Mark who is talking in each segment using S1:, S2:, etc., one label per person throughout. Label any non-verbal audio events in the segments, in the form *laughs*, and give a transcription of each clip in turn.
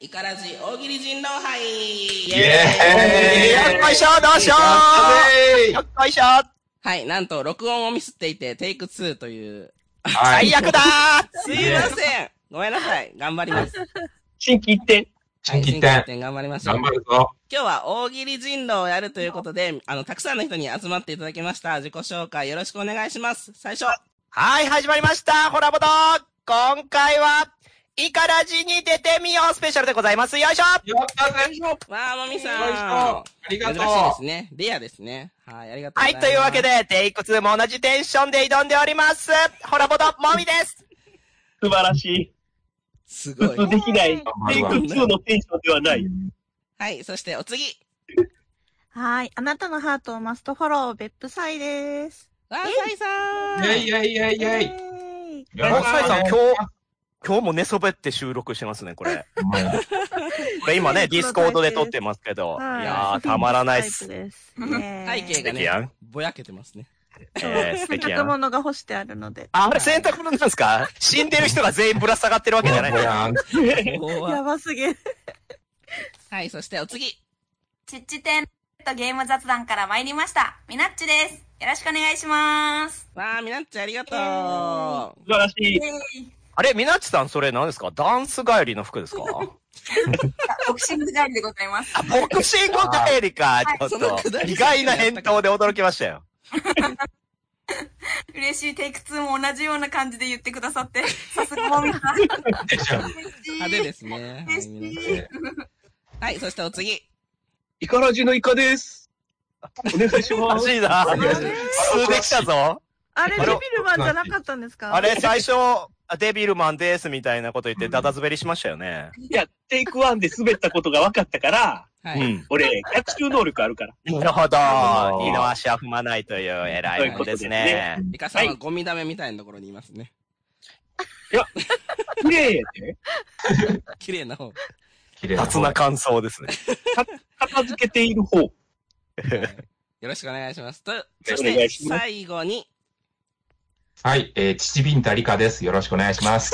S1: イカラジ大喜利人狼杯イ
S2: イエーイ
S3: よっこいしょどうしようよっこいしょ
S1: はい、なんと録音をミスっていてテイク2という。
S2: はい
S3: 最。悪だ
S1: すいませんごめんなさい頑張ります。
S3: 新規一点。
S1: はい
S2: 心機一転
S1: 心機頑張りましょう。
S2: 頑張
S1: 今
S2: るぞ。
S1: 日は大喜利人狼をやるということで、あの、たくさんの人に集まっていただきました。自己紹介よろしくお願いします。最初、
S3: はい、始まりましたホラボド今回は、イカラジに出てみようスペシャルでございますよいしょ
S2: やったぜよいしょ
S1: わあもみ
S2: よいし
S1: さ
S2: ょあ
S1: ん
S2: りがとう
S1: 珍しいですね。レアですね。はい、ありがとうござ
S3: は
S1: い
S3: い、
S1: ます。
S3: というわけ。で、テイク2も同じテンションで挑んでおりますホラボドもみです
S4: 素晴らしい。
S1: すご
S4: 普通
S1: い。
S4: できない。テイク
S2: 頑張る
S4: 2のテンションではない。
S1: はい、そしてお次。
S5: はい。あなたのハートをマストフォロー、別府サイです。
S1: わあ、サイさん
S2: わ。イェイイェイイェイイェイ。
S5: イェーイ
S2: よろしくお願いします
S3: 今日、今日も寝そべって収録してますね、これ。これ今ね、ディスコードで撮ってますけど。い
S5: はい
S3: やー、たまらないっ
S5: タイ
S3: す。
S5: プです。
S1: 背景が
S3: 素敵や
S1: ね
S3: ん、
S1: ぼやけてますね。
S3: えー、素敵や
S5: 洗濯
S3: な。
S5: 物が干してあるので。
S3: ああれ洗濯物なんですか死んでる人が全員ぶら下がってるわけじゃないん
S2: ぼ
S3: だ
S2: やん
S5: やばすぎる。
S1: はい、そしてお次。
S6: ちっちてんとゲーム雑談から参りました。みなっちです。よろしくお願いします。
S1: わあ、みなっちありがと
S4: 素晴らしい。
S3: あれ、みなっちさん、それ何ですかダンス帰りの服ですか
S6: ボクシング帰りでございます。
S3: ボクシング帰りか、ちょっ
S1: そのくだ
S3: と。
S1: り
S3: 意外な返答で驚きましたよ。
S6: 嬉しいテイク2も同じような感じで言ってくださ *laughs* って、さすがもみさん。
S1: う。派手
S6: 嬉 *laughs* しい。
S1: ですね。は
S6: 嬉
S1: い、
S6: し
S1: みなっち
S6: い。
S1: はい、そしてお次。
S4: イカラジのイカです。お願いし
S3: お
S4: ま
S3: か
S4: す。
S3: しいな。
S2: いや
S3: 数できたぞ。
S5: あれ、デビルマンじゃなかったんですか
S3: あれ、最初、デビルマンですみたいなこと言って、ダダ滑りしましたよね。
S4: いや、テイク1で滑ったことが分かったから、
S1: は
S3: う
S1: い。
S3: ん。
S4: 俺、逆襲能力あるから。
S3: なるほど。
S2: うん
S3: 二の足は踏まないという偉いもんですね。
S1: イカさんはゴミ溜めみたいなところにいますね。
S4: 綺麗やで。
S1: 綺麗な方。
S2: 綺麗な
S3: 雑な感想ですね。
S4: 片付けている方。
S1: よろしくお願いします。と、そし
S4: お願
S1: て
S4: いします
S1: 最後に、
S2: はい、えー、ちびんたりかです。よろしくお願いします。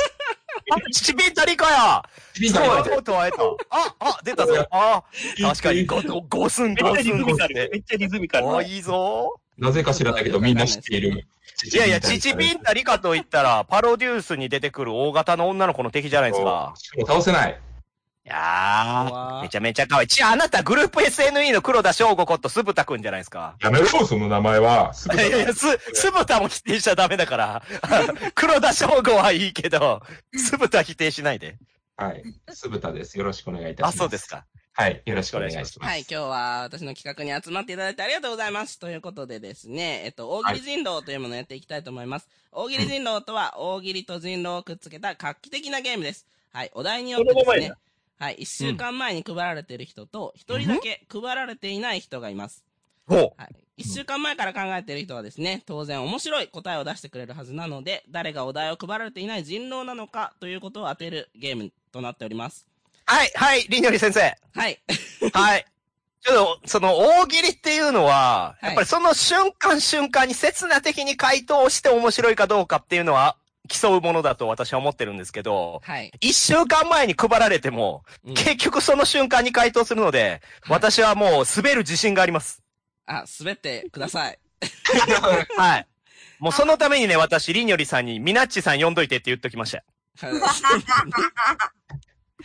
S3: あ、チビンタリカ
S2: ちび
S3: や
S2: ん
S3: そ
S2: たり
S3: う、
S2: か
S3: とうとう会えた。あ、あ、出たぞ。あ、確かに、ゴ、ゴゴスン、
S4: めっ
S3: ゴ
S4: ち
S3: ス
S4: ゃリ
S3: ン、
S4: ズ
S3: ゴ
S4: ミ
S3: ス
S4: カ
S3: ン
S4: ル。
S3: で
S4: め。っちゃリズミカル。
S3: あ、いいぞ。
S2: なぜか知らないけど、みんな知っている。
S3: いやいや、チチビンタリカと言ったら、パロデュースに出てくる大型の女の子の敵じゃないですか。
S2: しかも倒せない。
S3: いや
S1: わー
S3: ー、めちゃめちゃ可愛い。ち、あなたグループ SNE の黒田翔吾ことぶたくんじゃないですか。
S2: やめろ、その名前は。すぐ
S3: *laughs* いやいや、す、ぶたも否定しちゃダメだから。 *laughs* 黒田翔吾はいいけ *laughs* ど、ぶた否定しないで。
S2: はい。すぶたです。よろしくお願いいたしま
S3: あ、
S2: す。
S3: そうです。か。
S2: はい。よろしくお願いします。
S1: はい、今日は私の企画に集まっていただいてありがとうございます。ということでですね、えっと、大喜利人狼というものをやっていきたいと思います。大喜利人狼とは、大喜利と人狼をくっつけた画期的なゲームです。はい、お題によってで
S4: こ
S1: す
S4: れも前
S1: ね、はい、一週間前に配られている人と、一人だけ配られていない人がいます。
S3: ほ
S1: はい。一週間前から考えている人はですね、当然面白い答えを出してくれるはずなので、誰がお題を配られていない人狼なのかということを当てるゲームとなっております。
S3: はい、はい、りんより先生。
S1: はい。
S3: はい。ちょっと、その、大喜利っていうのは、
S1: い
S3: やっぱりその瞬間瞬間に刹那的に回答して面白いかどうかっていうのは、競うものだと私は思ってるんですけど、
S1: はい。
S3: 一週間前に配られても、
S1: うん
S3: 結局その瞬間に回答するので、私はもう滑る自信があり *laughs* ます。
S1: あ、滑ってください。
S3: はい。もうそのためにね、私、りんよりさんに、みなっちさん呼んどいてって言っときました。
S1: はい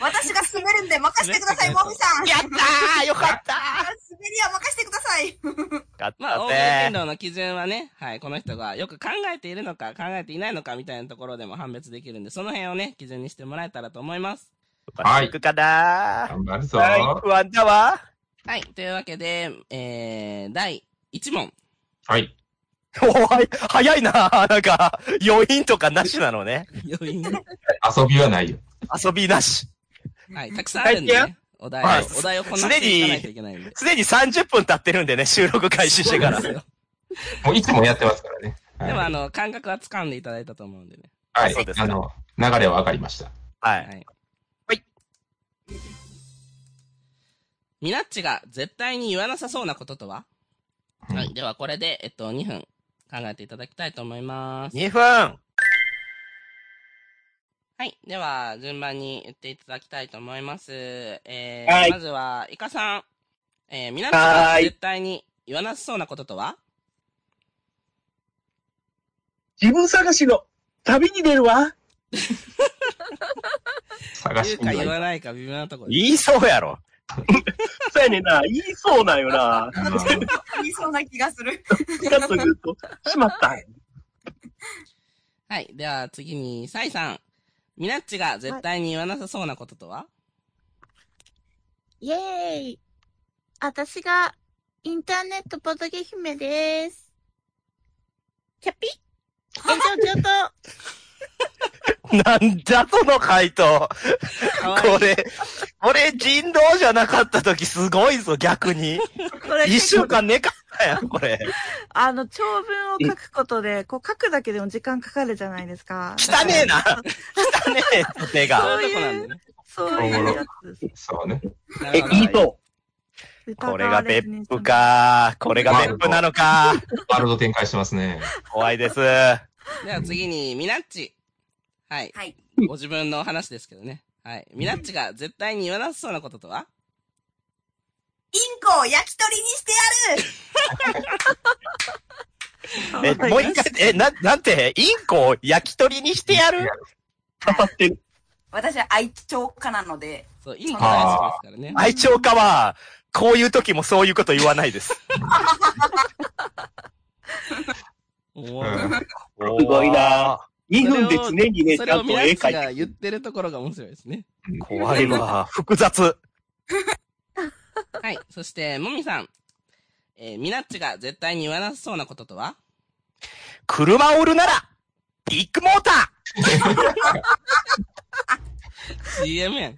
S6: 私が滑るんで任せてください、
S1: 滑ってくれた
S6: もみさん。
S3: やったーよかった
S6: 滑りは任せてください。
S3: ーよかっ
S1: まあ、
S3: た
S1: 大喜利
S3: ね
S1: 人狼の基準はね、はい、この人がよく考えているのか、考えていないのかみたいなところでも判別できるんで、その辺をね、基準にしてもらえたらと思います。
S2: はい
S3: いくかなー
S2: 頑張るぞ。
S3: はい、不安だわ。
S1: はい、というわけで、えー、第1問。
S3: *laughs*
S2: はい。
S3: おはい、早いな *laughs* なんか、余韻とかなしな
S1: *laughs*
S3: のね。
S1: 余韻ね
S2: 遊びはないよ。
S3: 遊びなし。
S1: はい、たくさんあるんでね。お題を、
S3: はい
S1: お題をこなしていかないといけないんで。
S3: すでに30分経ってるんでね、収録開始してから。
S1: そうですよ
S2: もういつもやってますからね。
S1: でも、
S2: は
S1: あ
S2: い。
S1: の、感覚は掴んでいただいたと思うんでね。
S2: はい
S3: そうで。す
S2: あの、流れはわかりました。
S3: は。
S1: はいい。
S3: はい。
S1: ミナッチが絶対に言わなさそうなこととは、
S2: うん
S1: はい。では、これで、えっと、2分考えていただきたいと思います。
S3: 2分。
S1: はい。では、順番に言っていただきたいと思います。えー
S4: はい
S1: まずは、イカさん。えー、皆さん
S4: は
S1: が
S4: ーい
S1: 絶対に言わなさそうなこととは
S4: 自分探しの旅に出るわ。
S2: 探
S1: 言
S2: し
S1: う
S2: に
S1: か言
S2: 行
S1: わないか微妙なところです。
S3: 言いそうやろ。
S4: そうやねんな。言いそうなんよな。
S2: く。
S6: 言いそうな気がする。
S4: かというと、しまった。
S1: はい。では、次に、サイさん。ミナッチが絶対に言わなさそうなこととは、
S5: イエーイ私が、インターネットボドゲ姫です。キャピ以上上等
S3: なんだその回答。
S1: かわいい。
S3: これ、これ人道じゃなかった時すごいぞ、
S1: *laughs*
S3: 逆に。
S5: これ
S3: 一
S5: 結構
S3: 週間寝かったやん、これ。
S5: あの、長文を書くことで、こう書くだけでも時間かかるじゃないですか。
S3: 汚ねえな。汚ねえ、
S1: *laughs*
S3: 手が。
S1: そういうとこなんでね。
S5: そういうやつです。
S2: そうね。
S1: なる、
S4: え
S1: ほど
S4: 言いそ
S5: 疑
S3: これ
S5: わ
S3: が
S5: れ
S3: 別
S5: ずに
S3: 府。か。これが別府なのか。
S2: ワールド展開してますね。
S3: 怖いです。
S1: では、次に、ミナッチ。はい。
S6: はい。
S1: ご自分の話ですけどね。はい。ミナッチが絶対に言わなさそうなこととは
S6: インコを焼き鳥にしてやる
S3: *laughs* え、もう一回、え、な、なんて、インコを焼き鳥にしてやる
S4: う。語ってる。
S6: 私は愛鳥家なので、
S1: そう、いい子大好きですからね。
S3: 愛鳥家は、こういう時もそういうこと言わないです。
S1: お
S2: う
S1: ー
S2: ん
S3: す
S4: ごいな。2分で常にね、
S1: そ
S4: ち
S1: れ
S4: ゃ
S1: を
S4: んと
S1: ミナッ
S4: 絵
S1: チ
S4: 描
S1: が
S4: いて
S1: 言っ
S4: る。
S1: てるところが面白いですね。
S3: *laughs* 怖いわ。複雑。
S1: はい。そして、もみさん。えーミナッチが絶対に言わなさそうなこととは
S3: 車を売るなら、ビッグモーター
S1: ?CM やん。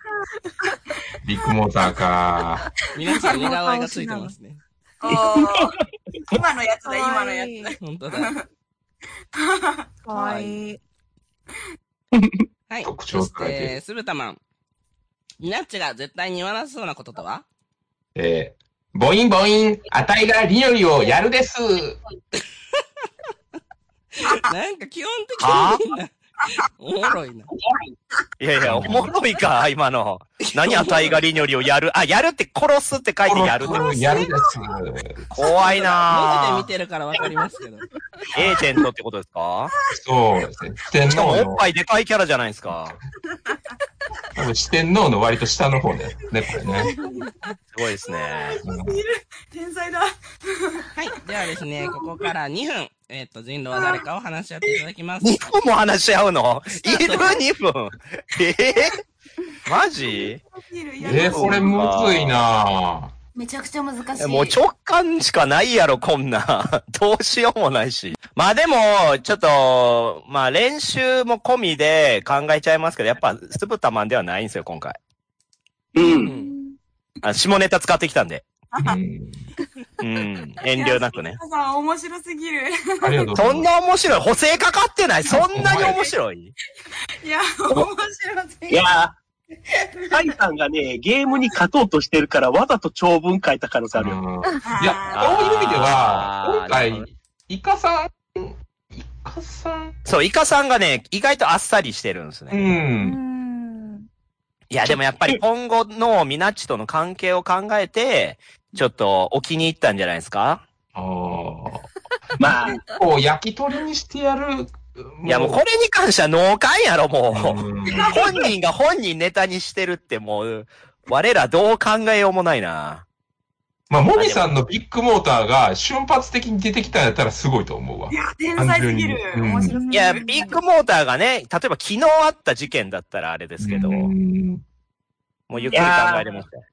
S2: ビッグモーターか。
S1: ミナッチの似顔絵がついてます *laughs* ね。
S6: おー今のやつ
S5: か
S6: だ、今の
S5: わ
S6: やつ
S5: いい。
S1: 本当だ。
S5: かわいい。
S1: はい。
S2: 特徴
S1: そ
S2: を
S1: し
S2: 捉えてい
S1: て、スルタマン。ミナッチが絶対に言わなさそうなこととは
S2: えー、ボインボイン、あたいがリオリをやるです。
S1: なんか基本的にみんな、おもろいな。
S3: いやい *laughs* や、おもろいか、今の。何値がりにょりをやる。あ、やるって殺すって書いてやる。
S2: やるです。
S3: 怖い
S1: 文字
S3: な
S1: で見てるからわかりますけど。
S3: エージェントってことですか
S2: そうですね。四天
S3: しかも
S2: 王
S3: おっ
S2: の、
S3: ぱいでかいキャラじゃないですか。
S2: 多分四天王の割と下の方ね。ね、これね。
S3: すごいですね。
S6: 天才だ。
S1: はい。ではですね、ここから2分、えっ、と、人狼は誰かを話し合っていただきます。
S3: 2分も話し合うのいる ?2 分。えーマジ
S6: いるいる
S2: えー、これむずいなぁ。
S6: めちゃくちゃ難しい。
S3: もう直感しかないやろ、こんな。 *laughs* どうしようもないし。まあでも、ちょっと、まあ練習も込みで考えちゃいますけど、やっぱ、スブタマンではないんですよ、今回。
S4: う。
S1: うんん。
S3: あ下ネタ使ってきたんで。
S2: うん
S3: うん。遠慮なくね。
S6: さん、面白すぎる。
S2: ありがとうございます
S3: そんな面白い補正かかってないそんなに面白い
S6: いや、面白すぎ
S4: いやー、カイさんがね、ゲームに勝とうとしてるから、わざと長文書いた可能性あるよ。
S2: うん
S6: い
S2: いや、
S3: あー
S2: こういう意味では、今
S3: なるほ
S2: 回、イカさん、イカさん
S3: そう、イカさんがね、意外とあっさりしてるんです
S2: う。
S3: ね。
S5: うんん。
S3: いや、でもやっぱり今後のミナッチとの関係を考えて、ちょっとお気に入ったんじゃないですか
S2: ああ。
S4: まあ、
S2: こう、焼き鳥にしてやる。
S3: いや、もうこれに関しては脳幹やろ、もう。
S2: うん
S3: 本人が本人ネタにしてるってもう、我らどう考えようもないな。
S2: まあ、モミさんのビッグモーターが瞬発的に出てきたんやったらすごいと思うわ。
S6: 天才すぎる。
S2: うん
S6: 面白すぎる。
S3: いや、ビッグモーターがね、例えば昨日あった事件だったらあれですけど、
S2: う
S3: も
S2: ん
S3: うゆっくり考えれますよ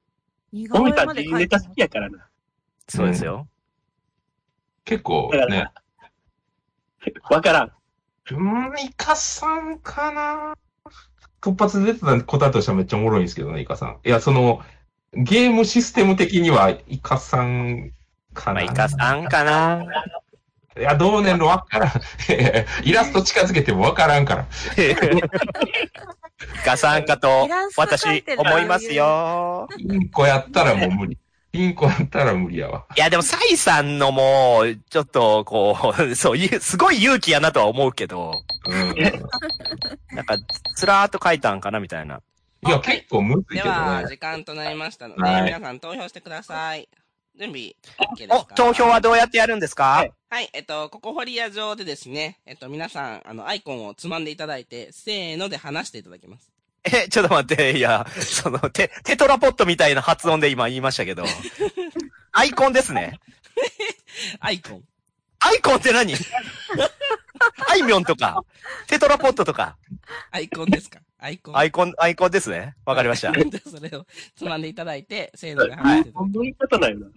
S5: 似
S4: ゴ
S5: 顔
S4: ミ
S5: 絵
S4: さん
S5: ま
S4: って
S5: で
S4: ネタ好きやからな。
S3: そうですよ。
S2: 結構
S4: だか
S2: ね。
S4: ら、わからん。
S2: うん、イカさんかな突発で出てた答えとしてはめっちゃおもろいんですけどね、イカさん。いや、その、ゲームシステム的にはイカさんか
S3: まあ、
S2: な
S3: イカさんか
S2: *laughs*
S3: な。
S2: いや、どうねんのわからん。 *laughs* イラスト近づけてもわからんから。
S3: ガサンカと
S5: イラス、ト描い
S3: 私
S5: て、る
S3: 思いますよ。
S2: ピンコやったらもう無理。ピンコやったら無理やわ。
S3: いや、でも、サ *laughs* イさんのも、ちょっと、こう、そういう、すごい勇気やなとは思うけど、
S2: うん。
S3: なんか、つらーっと書いたんかなみたいな。
S2: いや、結構むずい
S1: で
S2: けど
S1: は、
S2: ね。
S1: 時間となりましたので、
S2: はい
S1: 皆さん投票してください。準備、OK です
S3: お
S1: か、
S3: 投票はどうやってやるんですか、
S4: はい
S1: はい、えっと、ここホリア上でですね、えっと、皆さん、あの、アイコンをつまんでいただいて、せーので話していただきます。
S3: え、ちょっと待って、いや、その、テ、テトラポットみたいな発音で今言いましたけど。アイコンですね。
S1: アイコン。
S3: アイコンって何あいみょんとか、テトラポットとか、
S1: アイコンですかアイコン。
S3: アイコン、アイコンですね。わかり
S1: *laughs*
S3: ました。
S1: それをつまんでいただいて、せーので話していただきま
S4: 言い方ないな。
S1: す。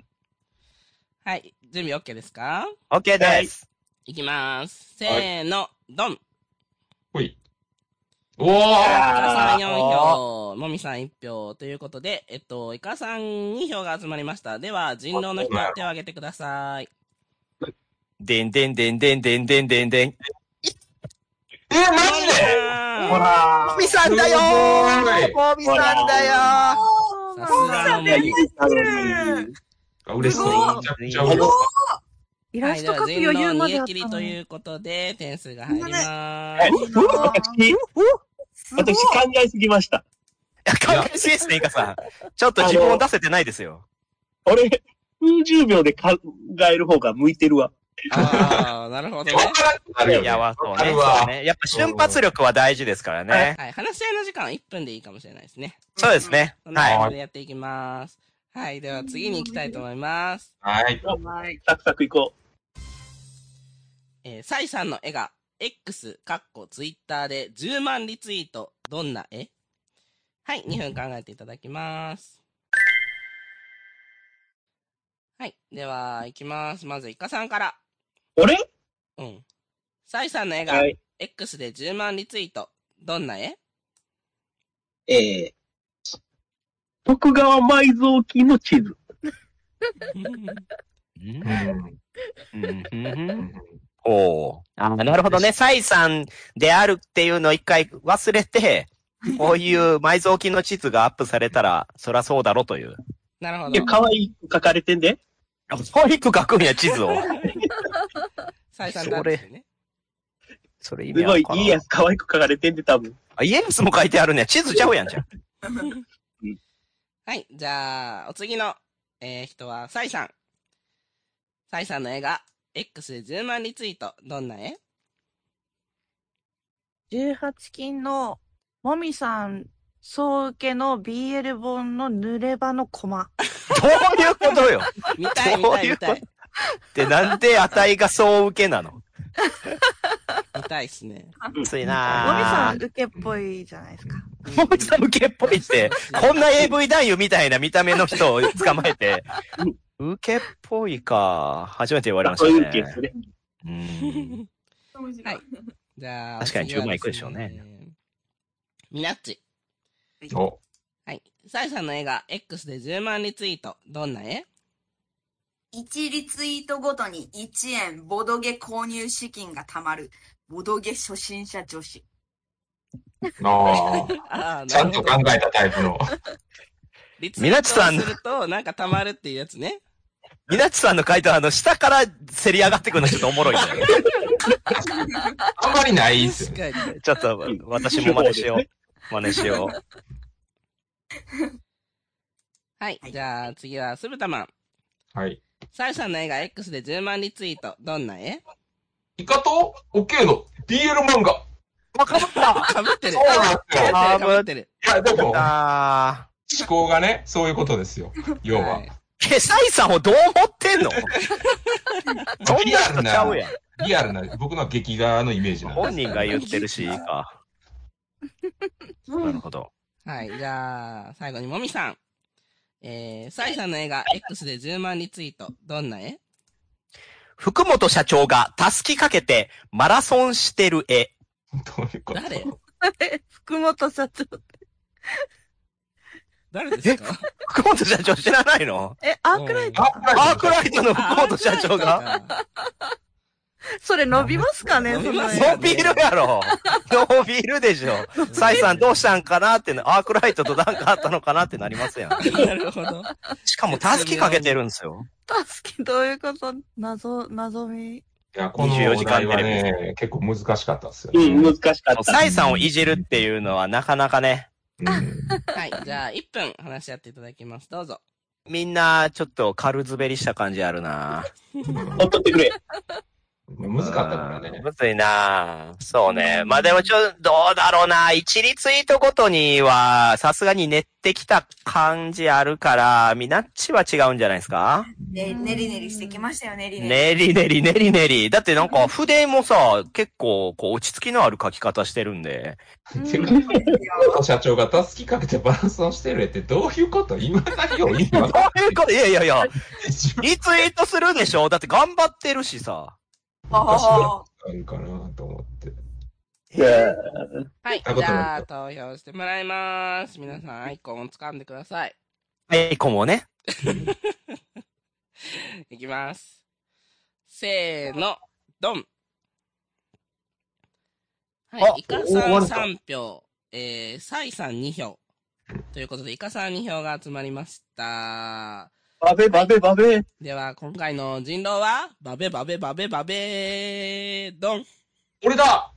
S1: はい、準備 OK ですか
S3: OK です。
S1: いきます。せーの、ドン。
S2: ほい。おー
S1: イカさん
S4: あ
S1: 4票、もみさん1票ということで、えっと、イカさん2票が集まりました。では、人狼の人、手を挙げてください。
S3: でんでんでんでんでんでんでんでん。
S2: え、マ
S1: も
S2: ジ
S1: み
S2: でほ
S1: さ
S2: ら
S3: もみさんだよ
S2: す
S3: ーもみさんだよ
S1: んさすがの
S4: ーいや、い
S1: も
S4: い
S1: み
S4: ですあの
S2: ー嬉しそう。めちゃくちゃ嬉しそう。
S7: イ
S1: は
S7: ラ
S1: い、
S7: ス
S1: で
S7: ト
S1: は
S7: 描く
S1: 人
S7: 余
S1: 狼
S7: 裕ま
S1: 逃
S7: で
S1: げ
S7: あっ
S1: 切り
S7: たの
S1: と
S7: に。
S1: いうことで、点数が入りま
S4: え
S1: ーす。
S4: うわ私、私考えすぎました。
S3: いや考えすぎですね、イカさん。ちょっと自分を出せてないですよ。
S4: 俺、90秒で考える方が向いてるわ。
S1: ああ、なるほどね。
S2: わからなくなるよ
S3: い
S2: ね。
S3: や、わそう
S2: あ
S3: ね。
S2: るわ
S3: そうね。やっぱ瞬発力は大事ですからね。
S1: はい、話し合いの時間は1分でいいかもしれないですね。
S3: そうですね。
S1: そんな
S3: は
S1: 感
S3: い。
S1: じでやっていきます。はい、では次に行きたいと思います。
S2: はい。
S4: サクサクいこ
S1: えー、サイさんの絵が X、カッコ、ツイッターで10万リツイート。どんな絵はい、2分考えていただきます。はい、では、行きます。まず、イカさんから。
S4: う。俺
S1: うん。サイさんの絵が
S4: はい。
S1: X で10万リツイート。どんな
S4: *laughs*
S1: 絵
S4: えー、徳川埋蔵金の地図。
S3: うん
S2: うん
S3: うんう
S2: うんん
S3: おーあーなるほどね。サイさんであるっていうのを一回忘れて、こういう埋蔵金の地図がアップされたら、そらそうだろという。
S1: なるほ
S4: いや、
S1: ど。
S4: 可愛い書かれてんで。
S3: そういう書くんや、地図を。
S1: サイさんだってね。
S3: それ意
S4: す
S3: 味あ
S4: ご
S3: る
S4: い
S3: か、ない
S4: いやつ可愛く書かれてんで、多分。
S3: あ、イエスも書いてあるね。地図ちゃうやんじゃん。
S1: はい、じゃあ、お次の、えー人は、サイさん。サイさんの絵が X で10万リツイート。どんな絵
S7: 18金の、もみさん、総受けの BL 本の濡れ場のコマ。
S3: どういうことよ。
S1: 見たい、見
S3: どう
S1: たい、
S3: いう
S1: 見
S3: こ
S1: た
S3: と
S1: い。
S3: で、なんで値がそう受けなの
S1: 見たいっすね。
S3: つい
S7: もみさ
S3: なん
S7: 受けっぽいじゃないですか。 *laughs*
S3: ぁ。もみさん受けっぽいって、こんな AV 男優みたいな見た目の人を捕まえて、受けっぽいか。初めて言われました
S4: そう
S3: ね。
S4: いうケースね。
S3: うん。
S1: はい。じゃあ、
S3: 確かに
S1: お次は
S3: 10万いくでしょうね
S1: す。ミナッチ。
S2: お、
S1: はい。サイさんの絵が X で10万リツイート。どんな絵
S6: 1リツイートごとに1円ボドゲ購入資金が貯まるボドゲ初心者女子
S2: あ
S1: ああ、
S2: あ、ちゃんと
S1: ほ
S2: 考
S1: ど。
S2: えたタイプの。
S1: リツイ
S3: ミナッチさん
S1: ートをすると、なんか溜まるっていうやつね。
S3: みなちさんの回答、あの、下からせり上がってくるのちょっとおもろいね。
S2: あんまりないですよ
S1: 確
S2: ね。
S1: かに。
S3: *laughs* ちょっと、私も真似しよう。 *laughs* 真似しよう。
S1: はい。
S6: はい
S1: じゃあ、次は、スブタマン。
S2: はい。
S1: サイさんの絵が X で10万リツイート。どんな絵
S2: イカとオッケーの BL 漫画。
S3: わかった
S1: かぶってる。
S2: そうなんですよ。
S1: かぶってる。
S2: いや、でも、思
S3: あ
S2: 考がね、そういうことで
S1: *laughs*
S2: すよ。要は。
S1: い
S3: ー。え、サイさんをどう思ってんのそんな
S2: リア
S3: 人
S2: ル
S3: ちゃう
S2: な、
S3: やん。
S2: リアルな、僕のは劇画のイメージなんで
S3: 本人が言ってるし、いいか。なるほど。
S1: はい、じゃあ、最後にもみさん。えー、サイさんの絵が X で10万リツイート。どんな絵
S3: 福本社長がたすきかけてマラソンしてる絵。
S2: す。どういうこと
S1: 誰
S7: 福本社長。
S1: 誰ですか
S3: 福本社長知らないの
S7: え、アークライト
S2: アークラ
S3: ア
S2: イト
S3: ーク
S2: の
S3: ライトの福本社長が
S1: が
S7: それ伸びますかね
S1: 伸
S7: そ
S1: びま
S7: の
S1: す
S7: 絵
S3: 伸びるやろ伸びるでし
S4: *laughs*
S3: ょサイさんどうしたんかなってな、アークライトとなんかあったのかなってなりますやん。
S1: *laughs* なるほど。
S3: しかもたすきかけてるんですよ。
S7: 助けどういうこと謎、謎み。
S2: いや、この
S3: 24
S2: お
S3: 時間
S2: 題は
S3: テレビ
S2: ね、結構難しかったですよ
S4: う
S2: ね。
S4: ん、難しかった。
S3: サイさんをいじるっていうのはなかなかね、
S2: うん
S1: はい。じゃあ、1分話し合っていただきます。どうぞ。
S3: みんなちょっと軽滑りした感じあるな。
S4: ほっとってくれ。
S2: 難かったからね
S3: うん。むずいなそうね。まあでもちょっと、どうだろうな一リツイートごとには、さすがに練ってきた感じあるから、みなっちは違うんじゃないですか
S6: ね、ねりねりしてきましたよ、ねりねり。
S3: ねりねりねりねり。だってなんか筆もさ、結構こう落ち着きのある書き方してるんで。
S2: てか、
S6: そうですよ
S2: 社長がたすきかけてバランスをしてるってどういうこと言わないよ、今。
S3: どういうこといやいやいや、
S2: 自分
S3: リツイートするでしょだって頑張ってるしさ。
S6: あ
S2: がいいかなと思って。
S1: はい。
S2: あ
S1: じゃあ、投票してもらいます。皆さん、アイコンを掴んでください。
S3: えいこもね。
S1: いきます。せーの、ドン。は
S3: あ
S1: い、イカ
S4: お終わるか
S1: さん3票、えー、サイさん2票。ということで、イカさん2票が集まりました。
S4: バベバベバベ。
S1: では、今回の人狼は、バベバベバベバベドン。
S2: 俺だ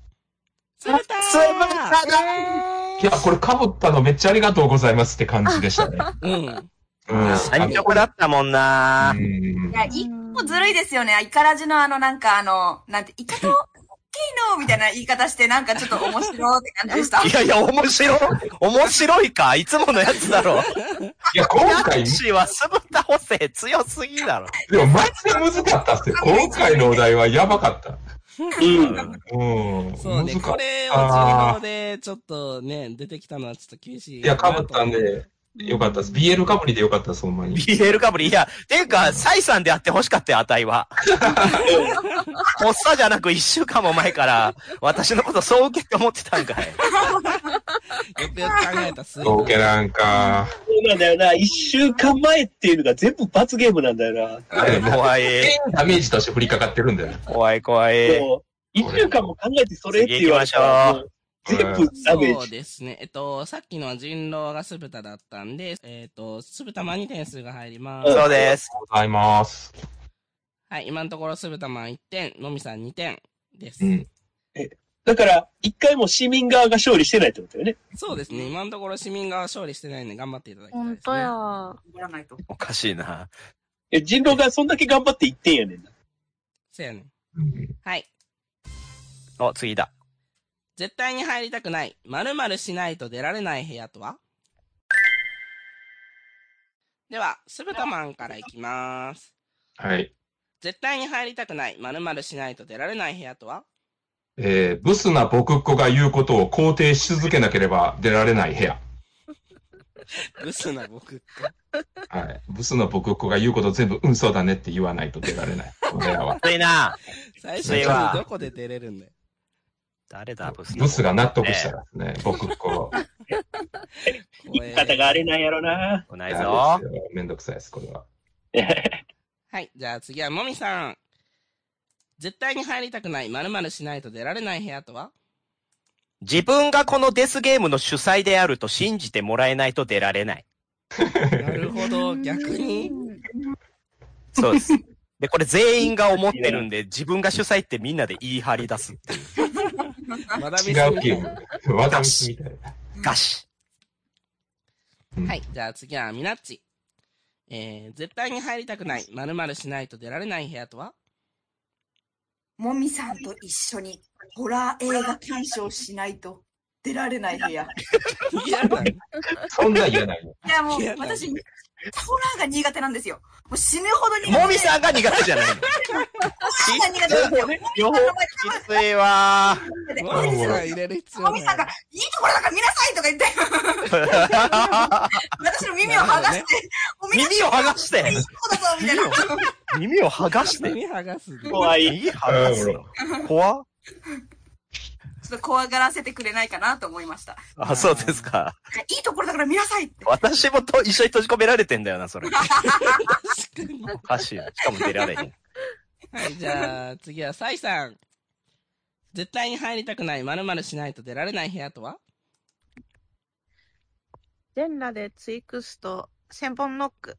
S1: つぶたー
S3: つぶただ
S2: いや、これかぶったのめっちゃありがとうございますって感じでしたね。
S1: うん。
S2: うん。
S3: 最直だったもんな
S2: うん
S6: ーいや、一個ずるいですよね。イカラジのあの、なんかあの、なんて、イカの、大きいのみたいな言い方して、なんかちょっと面白いって感じでした。
S3: いやいや、面白い。面白いかいつものやつだろ。
S2: いや、今回、
S3: ナッシーは酢豚補正強すぎだろ。
S2: でもマジで難かったっすよ。今回のお題はやばかった。
S4: うん。
S2: うん。
S1: そうね、
S2: 難か
S1: こ
S2: った。
S1: れを人狼で、ちょっとね、出てきたのはちょっと厳しい。
S2: いや、かぶったん。で、よかったです。BL かぶりでよかったです、ほんまに。
S3: BL かぶり。いや、ていうか、サイさんでやってほしかったよ、あたいは。発作じゃなく一週間も前から、私のことそう受けって思ってたんかい。
S1: よくよく考えたす
S2: オーケなんか。
S4: そうなんだよな。一週間前っていうのが全部罰ゲームなんだよ
S2: あれ、もう、
S3: 怖い。
S2: ダメージとして降りかかってるんだよ。
S3: 怖い怖
S4: な。
S3: い。
S4: もう、一週間も考えてそれって言われたらもう全部ダメー
S1: そう
S4: ジ。
S1: ですね。えっと、さっきのは人狼が酢豚だったんで、えっと、酢豚マンに点数が入ります。
S3: そうです。
S2: ございます。
S1: はい、今のところ酢豚マン1点、のみさん2点です。
S2: うん。
S4: だから、一回も市民側が勝利してないってことだよね。
S1: そうですね。今のところ市民側は勝利してないんで頑張っていただきたいです、
S7: 本
S1: ね。
S7: 当。や。
S6: やらないと。
S3: おかしいな。
S4: え人狼がそんだけ頑張って一点やねんな。
S1: せやねん。
S2: うん
S1: はい。
S3: お、次だ。
S1: 絶対に入りたくない、〇〇しないと出られない部屋とはでは、酢豚マンからいきます。
S2: はい。
S1: 絶対に入りたくない、〇〇しないと出られない部屋とは
S2: えー、ブスな僕っ子が言うことを肯定し続けなければ出られない部屋。
S1: ブスな僕か。
S2: はい。ブスな僕っ子が言うことを全部、うん、そうだねって言わないと出られない。この部
S1: *laughs*
S2: 屋は。
S3: 熱いな。
S1: 最
S3: そ
S1: 初
S3: れ
S1: は
S3: は
S1: どこで出れるんだよ。
S3: 誰だ、ブス。
S2: ブスが納得したらですね、僕っ子を。
S4: 言い方があれなんやろな。
S3: ないぞ。
S2: めんどくさいです、これは。
S1: はい。じゃあ次はもみさん。絶対に入りたくない、〇〇しないと出られない部屋とは
S3: 自分がこのデスゲームの主催であると信じてもらえないと出られない。
S1: なるほど、逆に。
S3: そうです。
S2: *laughs*
S3: で、これ全員が思ってるんで、自分が主催ってみんなで言い張り出すっていう。
S1: 学びす
S2: 違
S1: ぎ
S2: う
S1: た
S2: ゲーム。わたみみたいな。
S3: ガシ
S1: はい。じゃあ次はみなっち。えー、絶対に入りたくない、〇〇しないと出られない部屋 *laughs* とは
S6: もみさんと一緒にホラー映画鑑賞しないと出られない部屋。
S1: 嫌 *laughs* だね。
S2: そんなん嫌ないよ。
S6: いや、もう
S1: いや、
S6: 私、
S1: な
S6: ホ
S1: ん
S6: ラーが苦手なんですよ。もう死ぬほど苦手。
S3: もみさんが苦手じゃないの。
S6: ホラーが苦手なんですよ。
S3: 両方、きついわ
S1: もみさん入れる必
S6: も
S1: 要
S6: みさんが
S1: ない。、
S6: いいところだから見なさいとか言って、
S3: ー。
S6: 私の耳を剥がして、もうみんな
S3: 耳を剥が *laughs* して
S6: いいとこだぞみたいな。
S3: 耳を剥がして。
S1: 耳剥がす *laughs* で。
S4: 怖い。
S3: 耳剥がすの怖っ
S6: ちょっと怖がらせてくれないかなと思いました。
S3: あ、そうですか。
S6: いいところだから見なさいって。
S3: 私もと一緒に閉じ込められてんだよな、それ。おかしいな。しかも出られへん。
S1: はい。じゃあ次はサイさん。絶対に入りたくない、〇〇しないと出られない部屋とは
S7: 全裸でツイクスと千本ノック。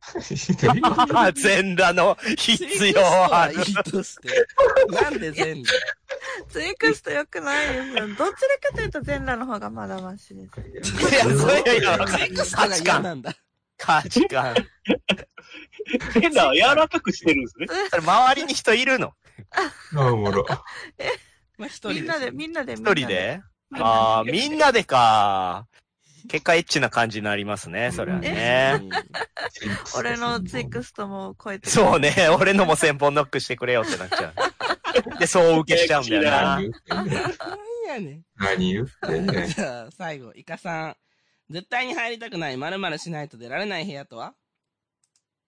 S3: 全裸の必要ある
S1: セック。スとはいいとして。なんで全部
S7: ツイクスト良くないです *laughs* よ。どちらかというと全裸の方がまだマシです。
S3: いや、それはいや、わか
S1: セ
S3: る
S1: ックスと
S3: 価
S1: が
S3: 値
S1: 嫌
S3: 観。
S1: なんだ。
S3: 価値観。
S4: 変な、柔らかくしてるんですね。
S3: それ周りに人いるの
S2: あ、おもろ。
S1: まあ、一人
S7: みんなで、
S1: すね
S7: みんなで、みん
S3: 一
S7: な
S3: 人で
S7: みんな
S3: ああ、みんなでか。結果エッチな感じになりますね、それはね。
S7: 俺のツイクストも超えて
S3: そうね、俺のも千本ノックしてくれよってなっちゃう。で、そう受けしちゃうんだよな。
S2: 何言ってんねん
S1: なんやねん。
S2: 何言ってんねん
S1: じゃあ、最後、イカさん。絶対に入りたくない、まるしないと出られない部屋とは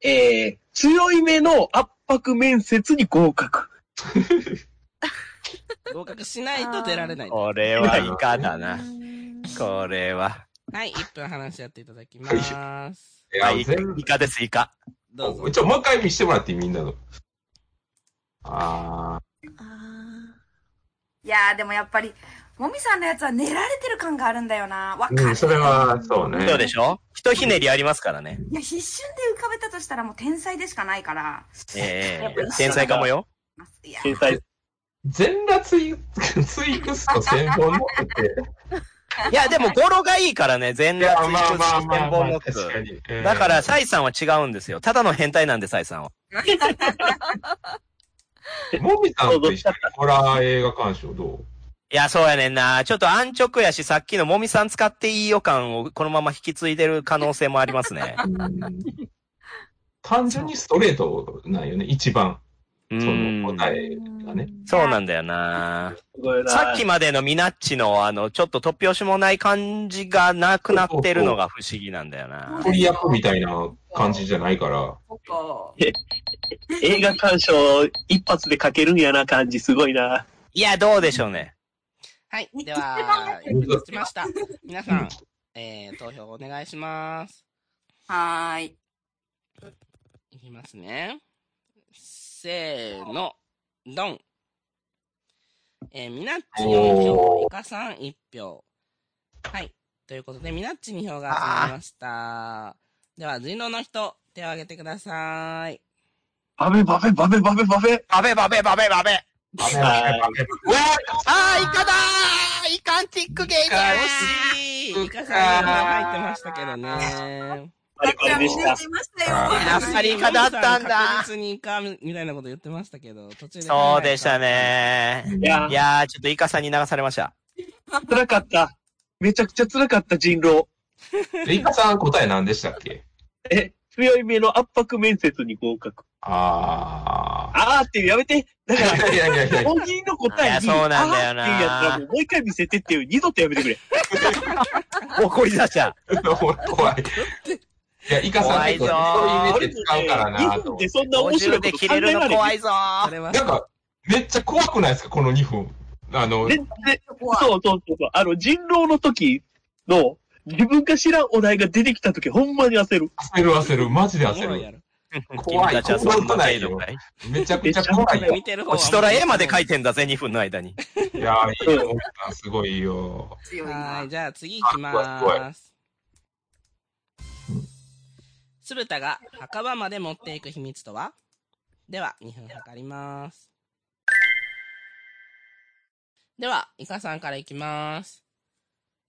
S4: えー、強い目の圧迫面接に合格。
S1: 合格しないと出られない。は
S3: これはいかだ
S7: る。う
S3: な。
S7: ーん
S3: これは。
S1: い、1分話し合っていただきます。
S2: い
S3: あ
S2: や、
S3: イカ
S2: 全部
S3: イ。カです、イカ。
S1: どうぞ。
S2: ちょ、もう一回見してもらっていいみんなの。あ
S7: あ
S6: いやーでもやっぱり、もみさんのやつは練られてる感があるんだよな。わか
S2: ー、
S6: る。
S2: うん、それは、そうね。
S3: そうでしょひとひねりありますからね。
S6: いや、必瞬で浮かべたとしたらもう天才でしかないから。
S3: え
S6: やっ
S3: え
S6: ぱ一緒
S3: 天才かもよ。
S6: いや、
S4: 天才。
S2: 全裸ツイ、ツイクスと千本ノックって。
S3: いや、でも語呂がいいからね、全
S2: いや、まあま
S3: 裸追求
S2: あ
S3: し
S2: ま
S3: 千
S2: あま
S3: 本
S2: あ、
S3: ノッ
S2: 確か
S3: ク。
S2: に。
S3: だから、
S2: 最
S3: サイさんは違うんですよ。ただの変態なんで、サイさんは。
S2: 後、もみさんと一緒にホラー映画鑑賞どう
S3: いや、そうやねんな。ちょっと安直やし、さっきのもみさん使っていい予感をこのまま引き継いでる可能性もありますね。
S2: *laughs* 単純にストレートなんよね、一番。
S3: う
S2: *laughs* その
S3: ん。
S2: 答えがね。
S7: ー
S3: そうなんだよな。
S4: すごいな。
S3: さっきまでのミナッチの、あの、ちょっと突拍子もない感じがなくなってるのが不思議なんだよな。
S2: 取り役みたいな感じじゃないから。
S6: そっか。
S4: *laughs* 映画鑑賞一発で書けるんやな感じ、すごいな。
S3: いや、どうでしょうね。
S1: はい、では、やってきました。皆さん、えー、投票お願いします。
S6: はーい。
S1: いきますね。せーの、ドン。えー、みなっち4票、イカさん1票。はい。ということで、みなっち2票が集まりました。では、人狼の人、手を挙げてください。
S4: バベバベバベバベバベ。
S3: バベバベバベバベ。
S4: はい
S3: あー、イカだーイカンティックゲー
S1: イカ惜しいイカさん4票入ってましたけどね。
S4: バリバリでし
S6: や
S4: た
S6: っ。てましたよ。
S3: やっぱりイカだったんだ
S1: 確実にイカみたいなこと言ってましたけど、途中で。
S3: そうでした。ね。
S4: いや
S3: い、やー、ちょっとイカさんに流されま *laughs* した。
S4: 辛かった。めちゃくちゃ辛かった人狼。
S2: でイカさん答え何でしたっけ
S4: え、強い目の圧迫面接に合格。
S2: あ
S4: あーってやめて。だか
S2: あ。
S4: ら、
S2: いやいやいやいや。
S4: 本人の答えに、
S3: いやそうなんだよな
S4: あーっていうやつはもうもう一回見せてっていう、二度とやめてくれ。
S3: 怒り出した。
S2: 怖い。いや、イカさん結構そういうイメージ使うからな
S4: 2
S2: と
S4: 分
S2: 思って
S4: でそんな面白い
S3: で
S4: こと
S3: 切
S4: 考
S3: れ
S4: え
S3: る
S4: ら
S3: の
S4: れな
S3: 怖
S4: い。
S3: いぞ
S1: そ
S3: ー。
S1: れは
S2: なんか、めっちゃ怖くないですかこの2分。あの、
S4: 全然、そうそうそうそう。あの、人狼の時の、自分が知らんお題が出てきた時、ほんまに焦る。
S2: 焦る焦る。マジで
S1: おもろ
S2: 焦
S1: いや
S2: る。
S1: ろ。
S2: 怖い
S3: *laughs* 君たちはそんな程度かい
S2: めちゃくちゃ怖い
S1: これ
S2: よ。
S1: 見てる方は
S3: 落ちとら絵まで書いてんだぜ、2分の間に。
S2: いやー、いいよ。すごいよ。
S6: 強い
S1: は、。
S6: ない
S1: じゃあ次行きま
S2: あ怖い怖
S1: ーす。鶴田が墓場まで持っていく秘密とはでは、2分測ります。では、イカさんから行きます。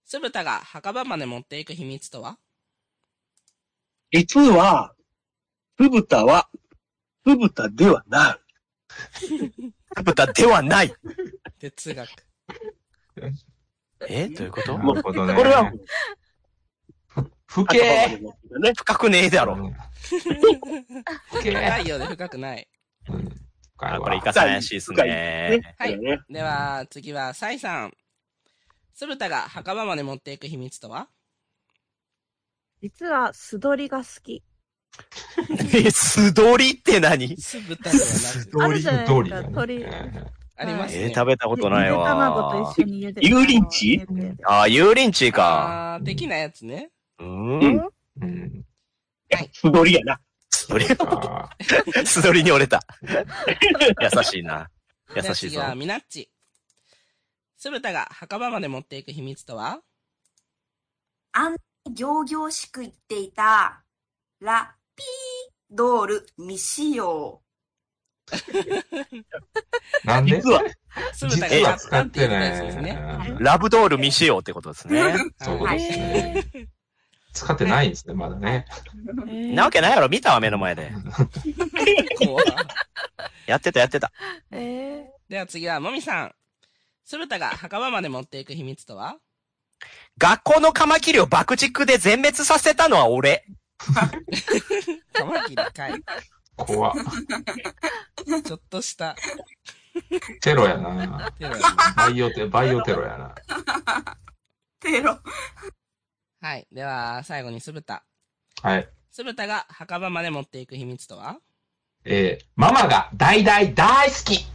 S1: 鶴田が墓場まで持っていく秘密とは
S4: 実は、ふぶたは、ふぶたではない。
S3: 豚ではない。
S1: 哲学。
S3: *laughs* えどういうこと
S2: なるほどね。
S4: これはもう、
S2: 不
S4: 頭まで
S2: 敬。
S4: 持ってたね。
S3: 深くねえだろ。
S2: 不敬。
S1: 深いようで深くない。
S2: うん不
S3: あ、
S2: 敬
S3: これイ
S2: は
S3: カさん怪しいっすね。
S1: は
S4: はいい。
S1: では、次は、サイさん。鶴田が墓場まで持っていく秘密と *laughs* は
S7: 実は素取りが好き。
S3: え、素通りって何
S1: 酢豚ではなく、
S7: あるじゃないですか
S2: 通りだね
S7: 鳥
S1: あります
S3: え
S1: ね
S3: ー。食べたことない
S7: ゆで
S3: わ
S7: 卵。と一緒に茹で
S4: 油淋鶏
S7: あのよく
S3: あー、油淋鶏か。
S1: あー的なやつね。
S3: う
S4: う
S3: ーん
S4: ん。
S2: うん。
S4: 素取りやな。
S3: 素通り、 *laughs*
S2: あー
S3: 素通りに折れた。 *laughs* 優しいな。優し
S1: じ
S3: いぞ
S1: ゃあ。次はミナッチ。鶴田が墓場まで持っていく秘密とは
S6: あん、行々しく言っていた、ラピードール未使用。
S2: なんで
S4: 実は、
S1: 酢豚
S2: 実は
S1: が
S2: 使って
S1: な
S2: ない
S1: やつですね。
S2: い。
S3: ラブドール未使用ってことですね。
S2: そういうことですね。
S7: *laughs*
S2: 使ってないんですね、まだね。
S3: なわけないやろ、見たわ、目の前で。
S1: 怖
S3: やってた、やってた。
S7: えー
S1: では次は、もみさん。酢豚が墓場まで持っていく秘密とは
S3: 学校のカマキリを爆竹で全滅させたのは俺。
S1: カマキリかい。
S2: 怖っ
S1: ちょっとした
S2: テロやな。
S1: テロやね
S2: バイオテ、バイオテロやな。
S6: テロ。
S1: はい。では、最後に酢豚。
S2: はい。
S1: 酢豚が墓場まで持っていく秘密とは
S2: えー、ママが大大大好き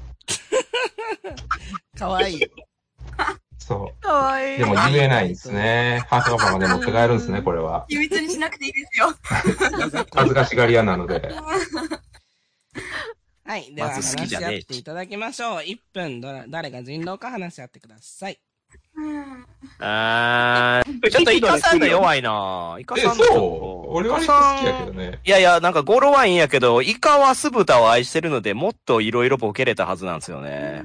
S1: かわいい。
S2: そ
S7: かわ
S2: う。
S7: いい
S2: で。も言えないんですね。ハートパパまで持って帰るんですね、これは。
S6: 秘密にしなくていいですよ。
S2: 恥ずかしがり屋なので。
S1: はい。では、
S3: まず好き
S1: 話し
S3: じゃ
S1: 合っ
S3: ねえ
S1: ていただきましょう。1分どら、誰が人狼か話し合ってください。
S3: あー、ちょっとイカさんの弱いなイカ
S2: え、
S3: さんのちょ
S2: そ
S3: っ
S2: う
S3: と。
S2: 俺割と好きやけどね。
S3: いやいや、なんか語呂はいいんやけど、イカは酢豚を愛してるので、もっといろいろボケれたはずなんですよね。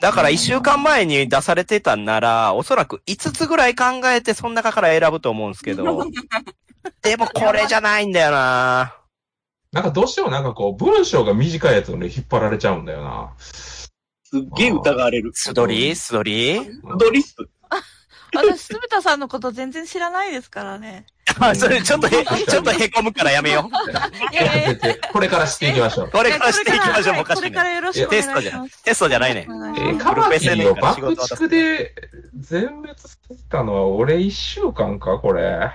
S3: だから一週間前に出されてたんなら、おそらく5つぐらい考えてその中から選ぶと思うんですけど。でもこれじゃないんだよな
S2: なんかどうしてもなんかこう、文章が短いやつをね、引っ張られちゃうんだよな。
S4: すっげえ疑われる。
S3: 素取り素取り
S4: ドリス。
S7: 私、すぶたさんのこと全然知らないですからね。
S3: あ、それちょっとへ、ちょっとへこむからやめよう。
S7: いやいやいや
S2: これからしていきましょう。
S3: これからしていきましょう、おか
S7: こ
S3: しい
S7: れから
S3: ね。
S7: よろしくお願いします。
S3: テストじゃないね。
S7: お願い
S2: え
S7: します
S2: ー、カマキリを爆竹で全滅させたのは俺一週間か、これ。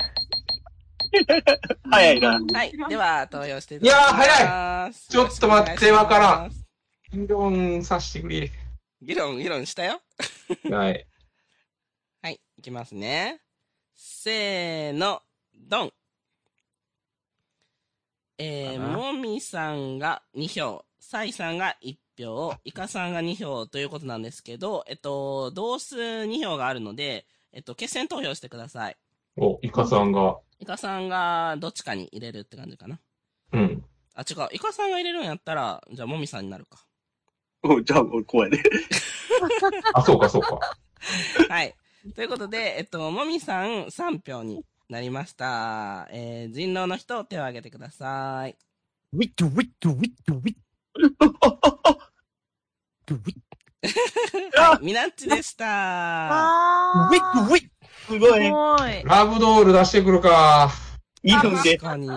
S4: 早いな。
S1: はい。では、投票してい
S2: いやー
S1: い
S2: 早いちょっと待ってわからん。議論させてくれ。
S1: 議論、議論したよ。
S2: はい。
S1: はい。いきますね。せーの、ドン。えー、
S3: かな
S1: もみさんが2票、サイさんが1票、イカさんが2票ということなんですけど、えっと、同数2票があるので、えっと、決選投票してください。
S2: お、イカさんが。
S1: イカさんがどっちかに入れるって感じかな。
S2: うん。
S1: あ、違う。イカさんが入れるんやったら、じゃあ、もみさんになるか。
S4: おじゃあ、俺怖いね。
S2: あ、そうか、そうか。
S1: *laughs* はい。ということで、えっと、もみさん3票になりました。えー、人狼の人、手を挙げてください。
S3: ウィットウィットウィットウィットウィッ
S1: はい、みなっちでした。
S7: あ
S3: ト
S7: ー
S3: ウィッ
S4: すごい。
S7: す
S4: 2
S7: ごい。
S2: ラブドール出してくるか。
S4: 分
S1: 確
S4: で。
S1: かに。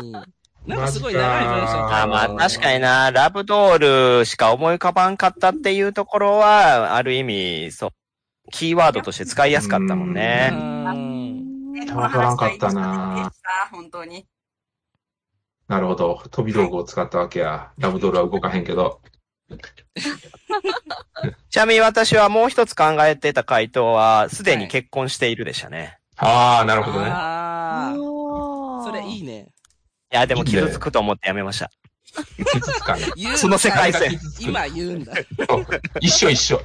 S1: なんかすごい長い文章
S3: あーまあ
S2: うん
S3: 確かにな、ラブドールしか思い浮かばんかったっていうところは、ある意味、そう、キーワードとして使いやすかったもん
S1: う
S3: ね。
S1: ん。
S2: わからんかったな。
S6: 本当に。
S2: なるほど。飛び道具を使ったわけや。ラブドールは動かへんけど。
S3: ちなみに私はもう一つ考えてた回答は、すでに結婚しているでしたね。
S2: あー、なるほどね。
S1: あー、そ
S7: そ
S1: れいいね。
S3: い、や、でも傷つくと思ってやめました。
S2: 傷つかね。
S1: 言うんだ
S3: その世界線。
S1: 今言うんだ。
S2: 一緒一緒。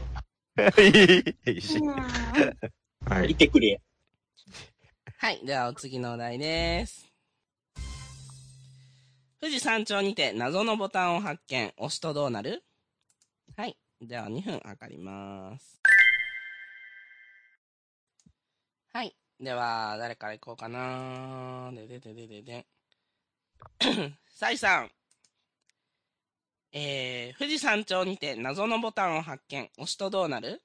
S3: いいし
S2: はい
S4: い。てくれ。
S1: はい、ではお次のお題です。富士山頂にて謎のボタンを発見。押すとどうなるはい。では2分測ります。はい。では、誰から行こうかなでででででで *coughs* ん。サイさん。えー、富士山頂にて謎のボタンを発見。押すとどうなる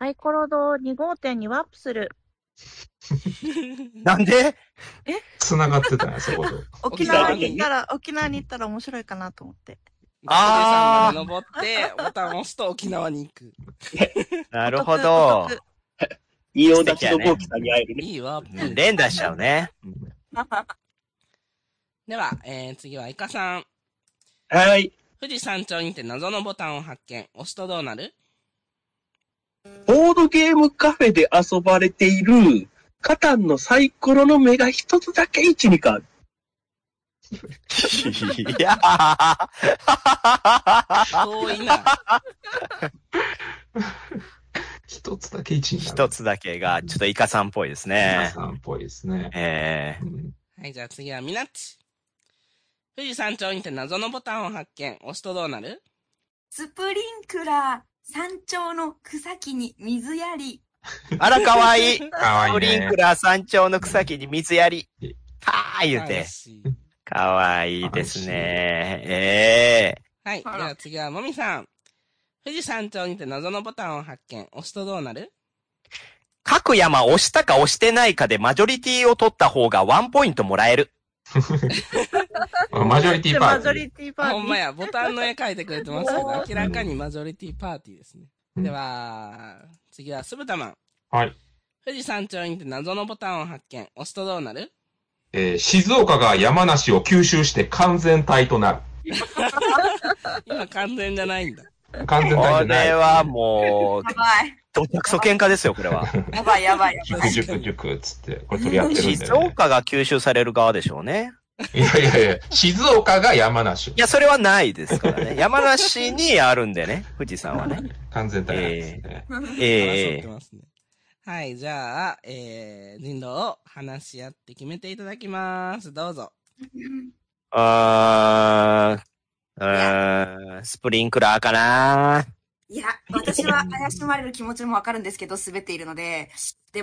S5: サイコロド2号店にワープする。
S3: *laughs* なんで
S2: 繋がってたね、そ *laughs* こと。
S7: 沖縄に行ったら、沖縄に行ったら面白いかなと思って。
S3: あー
S1: 富士山まで登って、ボタンを押すと沖縄に行く。
S3: な
S7: な
S3: るほど。
S4: 仁王立ちのゴーキさんに会えるね。
S1: いいわ。
S3: 連打しちゃうね。
S1: では、えー、次はイカさん。
S4: はい。
S1: 富士山頂にて謎のボタンを発見。押すとどうなる
S4: ボードゲームカフェで遊ばれている、カタンのサイコロの目が一つだけ1、2か。
S3: いやー
S1: 遠
S3: *laughs*
S1: いな。
S2: 一つだけ一になる。
S3: 一つだけが、ちょっとイカさんっぽいです
S2: 皆
S3: ね。
S2: さんっぽいですね。
S3: え
S2: うん
S1: はい、じゃあ次はみなっち。富士山頂にて謎のボタンを発見。押すとどうなる
S6: *laughs* スプリンクラー、山頂の草木に水
S2: *laughs*
S6: やり。
S3: あら、かわいい。
S2: かわい
S3: ス
S2: い
S3: プリン
S2: ね
S3: ク。ラー山頂の草木に水やり。はー言う
S1: 悲
S3: て。
S1: しい
S3: かわいいですね。ええ
S1: はい、で
S6: あら
S1: は次はもみさん。富士山頂にて謎のボタンを発見。押すとどうなる
S3: 各山押したか押してないかでマジョリティを取った方がワンポイントもらえる。
S2: マジョリティパ
S7: マ
S2: ー
S7: ジ
S2: ティ
S7: ョ
S2: ー。
S7: リティパーテ
S1: ほ
S7: ィ
S1: ん
S7: ー
S1: ま。や、ボタンの絵描いてくれて
S7: *laughs*
S1: ますけど、明らかにマジョリティパーティーですね。
S2: うん
S1: では、次はすぶたまん。
S2: はい。
S1: 富士山頂にて謎のボタンを発見。押すとどうなる
S2: えー静岡が山梨を吸収して完全体となる。
S1: 今完全じゃ
S3: *laughs*
S1: ないんだ。
S2: 完全
S3: こ
S2: 体じゃな
S3: れ
S2: い。
S3: はもう
S6: や、ばい。
S3: どっちゃくそ喧嘩ですよ、これは。
S6: やばいやばいやば
S2: 熟
S6: い。
S2: 熟熟つって、これ取り合ってるんだ
S3: *laughs* 静
S2: よ、ね。
S3: 岡が吸収される側でしょうね。
S2: いやいやいや、静岡が山梨を
S3: いや、それはないですからね。山梨にあるんでね、富士山はね。
S2: 完全体なんですね。
S1: 争
S3: え
S1: っ
S3: え
S1: てますね。はい、じゃあ、えー、人狼を話し合って決めていただきます。どうぞ。
S3: あー、うーん、スプリンクラーかない
S6: や、私は怪しまれる気持ちもわかるんですけど、滑っているので、で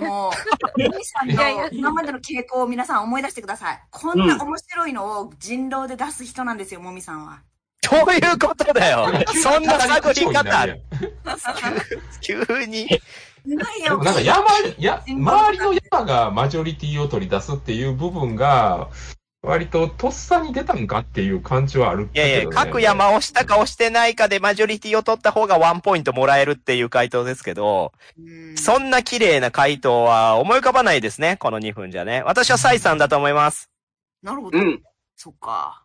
S7: *laughs*
S6: も、ミミさん
S7: いやいや
S6: の今までの傾向を皆さん思い出してください。こんな面白いのを人狼で出す人なんですよ、もみさ
S7: *laughs*
S6: んは。
S3: どういうことだよそんな探り方ある急に。
S6: うまい
S2: で
S6: よ
S2: も。なんか山、や、周りの山がマジョリティを取り出すっていう部分が、割ととっさに出たんかっていう感じはある
S3: い
S2: けど、ね。
S3: やいや、各山押したか押してないかでマジョリティを取った方がワンポイントもらえるっていう回答ですけど、
S6: うん
S3: そんな綺麗な回答は思い浮かばないですね、この2分じゃね。私はサイさんだと思います。
S6: なるほど。
S4: うん。
S6: そっか。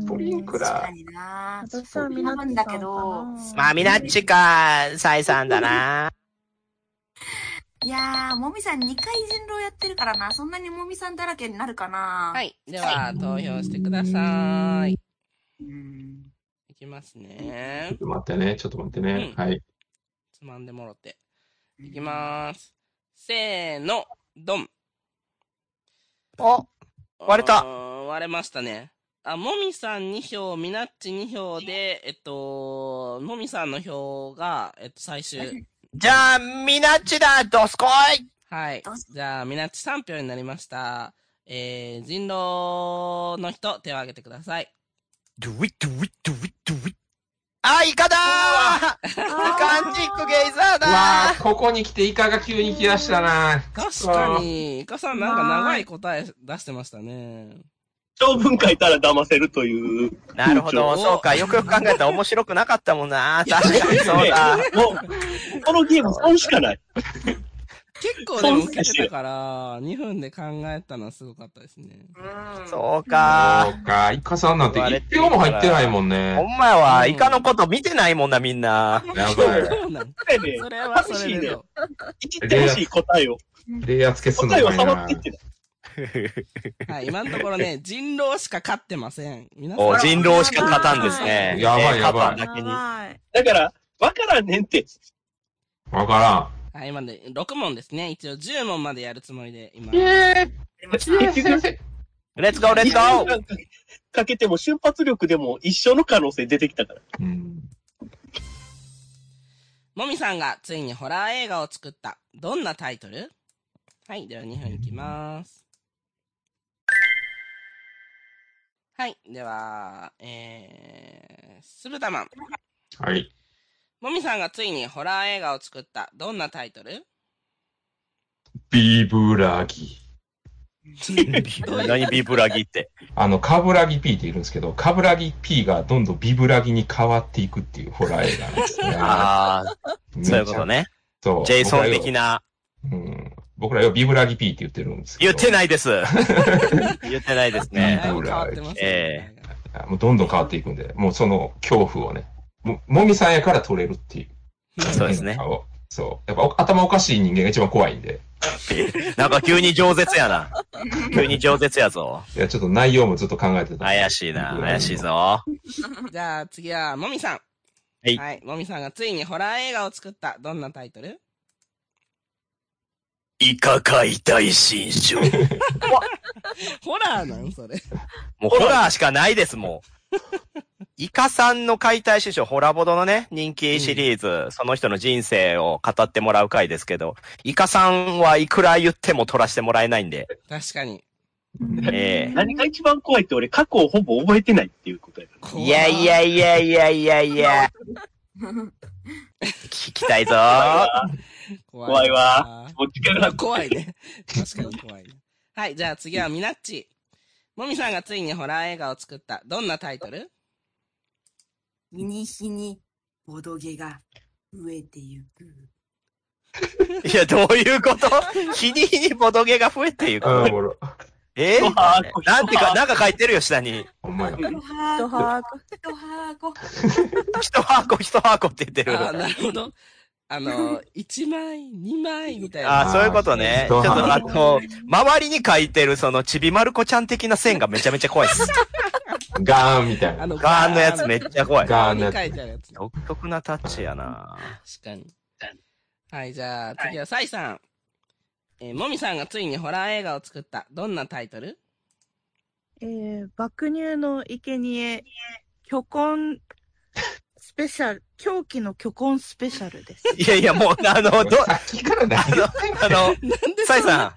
S2: スプリンク
S6: 確
S2: ラ
S6: かにな。
S7: 私はみ
S6: み
S7: な
S6: な
S7: っ
S6: っ
S7: ちさん
S6: ちさん
S7: か
S6: か
S7: な
S6: な。
S3: まあ、みなっちか、サイさんだな。
S6: いやー、もみさん2回人狼やってるからな。そんなにもみさんだらけになるかな。。
S1: はいい、では、投票してください。
S6: うん。
S1: いきますね
S2: ー。。ちょっと待ってね、ちょっと待ってね。
S1: うん
S2: はい。
S1: つまんでもろて。いきまーす。せーの、ドン。
S3: お、割れた
S1: うーん割れましたね。あ、もみさん2票、みなっち2票で、えっと、もみさんの票が、えっと、最終。
S3: じゃあ、みなっちだ、どすこい
S1: はい
S6: どうぞ。
S1: じゃあ、みなっち3票になりました。えー、人狼の人、手を挙げてください。
S3: ドゥイドゥイドゥイドゥイ。あ、イカだーカンジックゲイザー
S2: うわ
S3: だ
S2: あ、ここに来てイカが急に来だしたな
S1: 確かに、イカさんなんか長い答え出してましたね。
S4: 長文書いたら騙せるという。
S3: ーなるほど、そうか。よくよく考えたら面白くなかったも
S2: *laughs*
S3: んな。確かにそうだ。
S4: もう、このゲーム損しかない。
S1: 結構でも受けてたから、2分で考えたのはすごかったですね。
S6: うん。
S3: そう
S2: あ
S3: か。
S2: そうか、イカさんなんて一票も入ってないもん
S3: ほ
S2: ね。
S3: んまやわ、イカのこと見てないもんな、みんな。
S2: や
S1: そ
S2: ばい。
S1: うなん
S4: これね、
S1: それはそれでどう
S4: いじってほしい答えを。
S2: レイヤー付けすんの
S4: 答えを
S2: かい
S4: サボっ
S2: な
S4: ていってない。
S1: はい、今のところね、人狼しか勝ってません。皆さん
S3: お、人狼しか勝たんですね。
S2: やばい
S3: えー
S2: やばい
S3: 勝たんだけに。
S7: はい。
S4: だから、わからんねんって。
S2: わか
S1: はい、今で6問ですね。一応10問までやるつもりで、今。
S2: らん。え
S6: 結
S2: ー、
S4: 結局
S2: 先
S3: レッツゴー、レッツゴ
S4: 一
S3: ー
S4: 年間かけても瞬発力でも一緒の可能性出てきたから。
S2: うん。
S1: もみさんがついにホラー映画を作った。どんなタイトルはい、では2分いきます。はい、では、えー、すぶたまん。
S2: はい。
S1: もみさんがついにホラー映画を作った。どんなタイトル
S2: ビブラギ。 *laughs*
S3: 何ビブラギって。
S2: あの、カブラギ P っているんですけど、カブラギ P がどんどんビブラギに変わっていくっていうホラー映画なんですね。
S3: *laughs* ああ、
S2: めち
S3: そう
S2: ゃ
S3: いうこと。ね。
S2: そう。
S3: ジェイソン的
S2: な。
S3: な。
S2: うん。僕らよ、ビブラギ P って言ってるんですけ
S3: 言
S2: ど。
S3: って
S2: い。
S3: な
S2: *laughs*
S3: いです。言ってないです
S1: だ
S3: ね。
S1: いぶ変わってますね。
S3: え
S2: もうどんどん変わっていくんで、もうその恐怖をね、ももみさんやから取れるっていう。
S3: そうですね
S2: 変。化を。そう。やっぱお頭おかしい人間が一番怖いんで。
S3: *laughs* なんか急に饒舌やな。急に饒舌やぞ。
S2: いや、ちょっと内容もずっと考えてた。
S3: 怪しいな、怪しいぞ。
S1: じゃあ次は、もみさん。
S3: い
S1: はい。もみさんがついにホラー映画を作った。どんなタイトル
S3: イカ解体新書。も
S1: ホラーなんそれ。
S3: うホラーしかないです、もう。イカさんの解体新書、ホラボドのね、人気シリーズ、その人の人生を語ってもらう回ですけど、イカさんはいくら言っても取らせてもらえないんで、
S1: 確かに。
S3: え
S4: 何が一番怖いって俺過去をほぼ覚えてないっていうことやから。
S3: えいやいやいやいやいやいや、
S6: *laughs*
S3: 聞きたいぞー。
S1: 怖
S4: 怖いわ
S1: な。
S4: こっちから
S1: 怖いね。確かに怖いね。はい、じゃあ次はミナッチ。もみさんがついにホラー映画を作った。どんなタイトル
S6: 日に日にボドゲが増えてゆく。
S3: いや、どういうこと *laughs* 日に日にボドゲが増えていく。
S2: ああ、ほら。
S3: え
S4: ドハーコ
S3: なんてか、なんか書いてるよ、下に。
S2: ほんまや。
S6: ドハ
S7: ド
S6: ー
S7: ハー
S6: ドハーゴ。
S3: 一箱、一箱って言って
S1: ああ、
S3: る。
S1: なるほど。あの、1枚、2枚みたい
S3: あ
S1: な。
S3: あ、そういうことね。ちょっと、あと、周りに書いてる、その、ちびまる子ちゃん的な線がめちゃめちゃ怖いです。
S2: ガーンみたいな。
S1: の
S3: ガーンのやつめっちゃ怖い。
S2: ガーンの
S1: に書
S2: や
S1: い
S2: つ。
S1: てあるやつね。
S3: 独特なタッチやな
S1: 確かに。はい、じゃあ次はサイさん。えーもみさんがついにホラー映画を作った。どんなタイトル
S7: えー、爆乳の生贄、巨根、スペシャル、狂気の巨根スペシャルです。
S3: いやいや、もう、あの、ど、
S2: さっきから何言ってんの
S3: あの、サイさ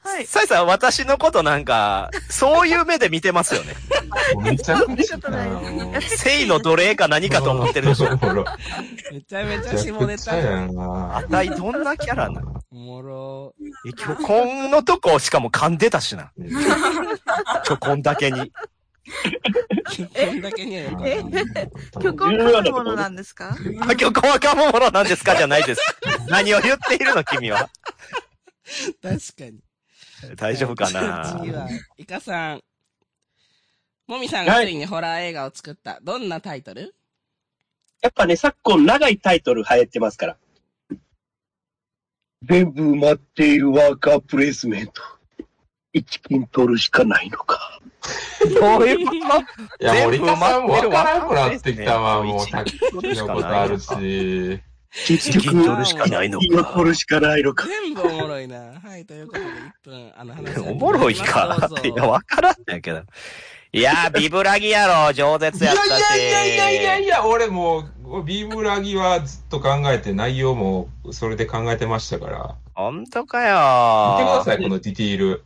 S7: はい
S3: ん、。サイさん、私のことなんか、そういう目で見てますよね。
S2: もうめちゃくち
S7: そ
S2: ゃ
S7: んなことないです
S2: もう
S3: 性の奴隷か何かと思ってるでしょ。
S2: ほら
S1: めちゃめちゃ
S2: めちゃ
S1: 下ネ
S2: くちゃ
S1: タ。
S2: やな
S3: あたい、どんなキャラなの
S1: おもろ。
S3: え、巨根のとこ、しかも噛んでたしな。巨根だけに。
S1: こんだけにはよかっ
S7: え巨根かるものなんですか
S3: あ、巨根はかもものなんですかじゃな
S2: *laughs*
S3: いです。何を言っているの、君は。
S1: た。確かに。
S3: 大丈夫か
S1: *laughs* 次
S3: な
S1: は、イカさん。もみさんがついにホラー映画を作った。どんなタイトル
S4: やっぱね、昨今長いタイトル流行ってますから。全部埋まっているワーカープレイスメント。一金取るしかないのか。
S3: どういうこ
S2: いや、森
S3: 全部
S2: 田さんも
S3: 待って
S2: 分
S3: る
S2: からんくなってきたわ、もう、さっき
S3: と
S2: のことあるし。
S4: 結
S3: 一金取るしかないの
S4: 金を取
S3: か。
S4: るしかないのか。
S1: 全部おもろい
S3: *laughs*
S1: な。はい、ということで、1分、あの話。
S3: おもろいか
S1: どう
S3: っ
S1: ぞ
S3: て、いや、わからんやけど。いやー、ビブラギやろ、饒
S2: い
S3: 舌
S2: や
S3: や
S2: い
S3: っ
S2: やいやいやいや
S3: た
S2: い
S3: し。
S2: や、俺もう、ビームラギはずっと考えて、内容もそれで考えてましたから。
S3: ほんとか
S2: 見てくだ
S3: よ
S2: さい、このディティール。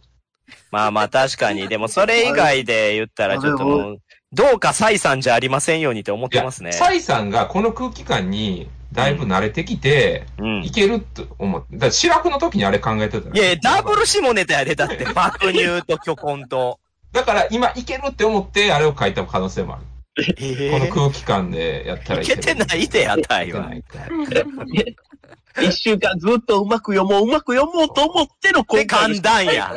S3: まあまあ確かに。でもそれ以外で言ったらちょっともう、どうかサイさんじゃありませんようにって思っ
S2: い
S3: て
S2: や、
S3: ますね。
S2: サイさんがこの空気感にだいぶ慣れてきて、
S3: うん
S2: い。けると思って、だから、白くの時にあれ考えてたの
S3: いや、ダブル下ネタやで、だって。爆乳と巨根と。
S2: だから、今、いけるって思って、あれを書いた可能性もある。
S3: え
S2: この
S3: ー
S2: 空気感でやったら
S3: いけてないで、あたいは。
S2: いか。
S4: 一週間ずっとうまく読もう、うまく読もうと思っての
S3: で、
S4: 今回の
S3: 簡単や。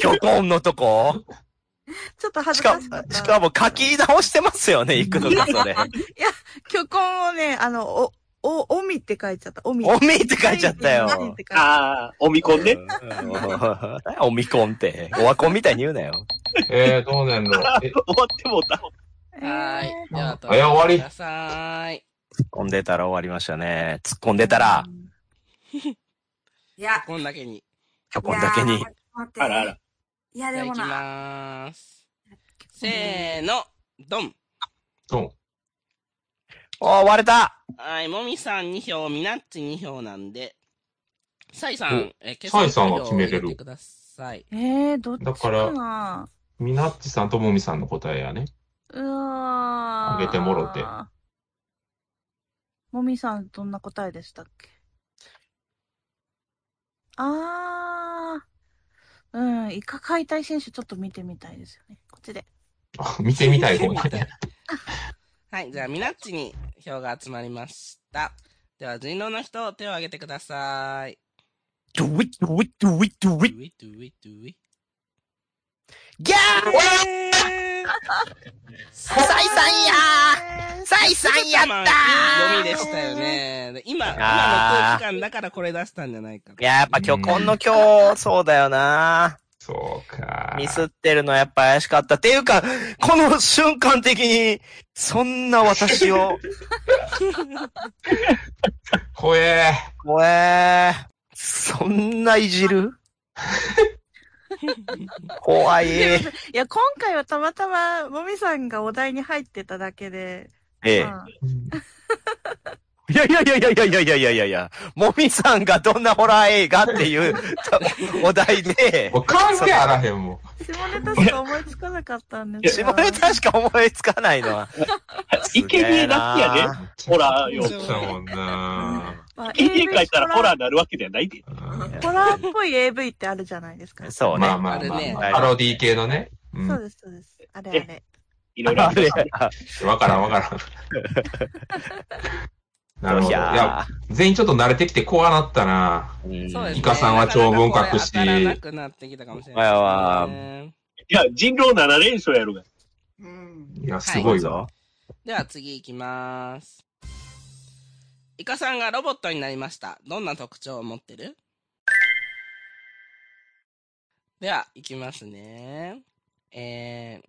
S3: 巨根のとこ。
S7: ちょっと恥
S3: し
S7: ずか
S3: か
S7: しかっ、た。
S3: しかも *laughs* 書き直してますよね、いくのか、それ。
S7: 巨根をね、あの、お、お、おみって書いちゃった。おみ。
S3: おみって書いちゃったよ。
S7: おみって書いちゃっ
S4: ああ、おみこんね。
S3: うんおみこんって。オワコンみたいに言うなよ。
S2: えー、どう
S3: *laughs*
S2: なんのえ、
S4: 終わってもうた。
S7: た
S1: はーい。じゃあ、
S2: あいや終わり
S1: ください。
S3: 突っ込んでたら終わりましたね。突っ込んでたら、
S6: *laughs* いや、
S1: こんだけに。
S3: 巨根だけ
S6: い
S3: に
S6: や。待って
S4: あらあら。
S6: い
S1: じ
S6: や、
S1: ゃ
S6: で
S1: あ、い
S6: も
S1: き
S6: な、
S1: まーす。せーの、ドン。
S2: ドン。
S3: おー、割れた
S1: はい、もみさん2票、みなっち2票なんで、サイさん、え、決
S2: サイさんは決めれる
S1: ください。
S7: えー、どっ
S2: だ
S7: ち
S2: か
S7: からな
S2: みなっちさんともみさんの答えやね。 *laughs*
S7: うわー
S2: あげてもろて。
S7: もみさん、どんな答えでしたっけあー。うん、イカ解体選手ちょっと見てみたいですよね。こっちで。
S2: あ見てみたい
S3: *laughs*
S2: 方
S1: 見てみた
S2: ね
S1: い。はい、じゃあ、みなっちに票が集まりました。では、人狼の人、手を挙げてください。
S3: ドゥイッドゥイッドゥイッドゥ
S1: ド
S3: イッ
S1: ゥイドゥイドゥイ。
S3: ギャー *laughs*
S1: サイさんや
S3: サイさんやったー
S1: 読みでしたよね。で今、今の空
S3: あー
S1: 気感だからこれ出したんじゃないかと。
S3: いや、やっぱ巨根の今日、そうだよな
S2: そうか。
S3: ミスってるのやっぱ怪しかった。っていうか、この瞬間的に、そんな
S1: *laughs*
S3: 私を、
S2: 怖え。
S3: 怖えー。そんないじる怖い。え
S7: いや、今回はたまたま、もみさんがお題に入ってただけで、
S3: え。
S7: まあ
S3: いやいやいやいやいやいやいやいやいや、もみさんがどんなホラー映画って *laughs* いうお題で
S2: も、う関係あらへん
S3: *laughs*
S2: もん。
S7: 下ネタしか思いつかなかったんです
S3: 下
S7: が
S3: ネタしか思いつかない
S1: *laughs*
S3: のは。
S4: イケニエだけやね。ほらよ
S2: そうもん
S3: *laughs*
S2: な
S7: まあ
S4: イケニエ書いたらホラー
S7: ー
S4: になるわけではないで。
S2: うん
S7: ホラーっぽい AV ってあるじゃないですか。そ
S3: そうね。
S2: まあま
S1: あ
S2: あま
S1: れ
S2: あ
S1: ね
S2: まあ。パロディ系のね。う。
S7: うんです、そうです。あれあれ。
S4: いろいろある。
S2: わからんわからん。なるほど。
S3: い
S2: いや、
S3: や
S2: 全員ちょっと慣れてきて怖なったな。
S3: ー、
S1: そうですね
S2: イカさんは長文書くし
S1: なかなかこれ当たらなくなってきたかもしれない
S3: お前は
S1: ですね。
S4: いや、人狼7連勝やろが。
S6: うん。
S2: いや、すごい
S3: ぞ
S2: わ。
S1: では次行きます。イカさんがロボットになりました。どんな特徴を持ってるでは、行きますね。え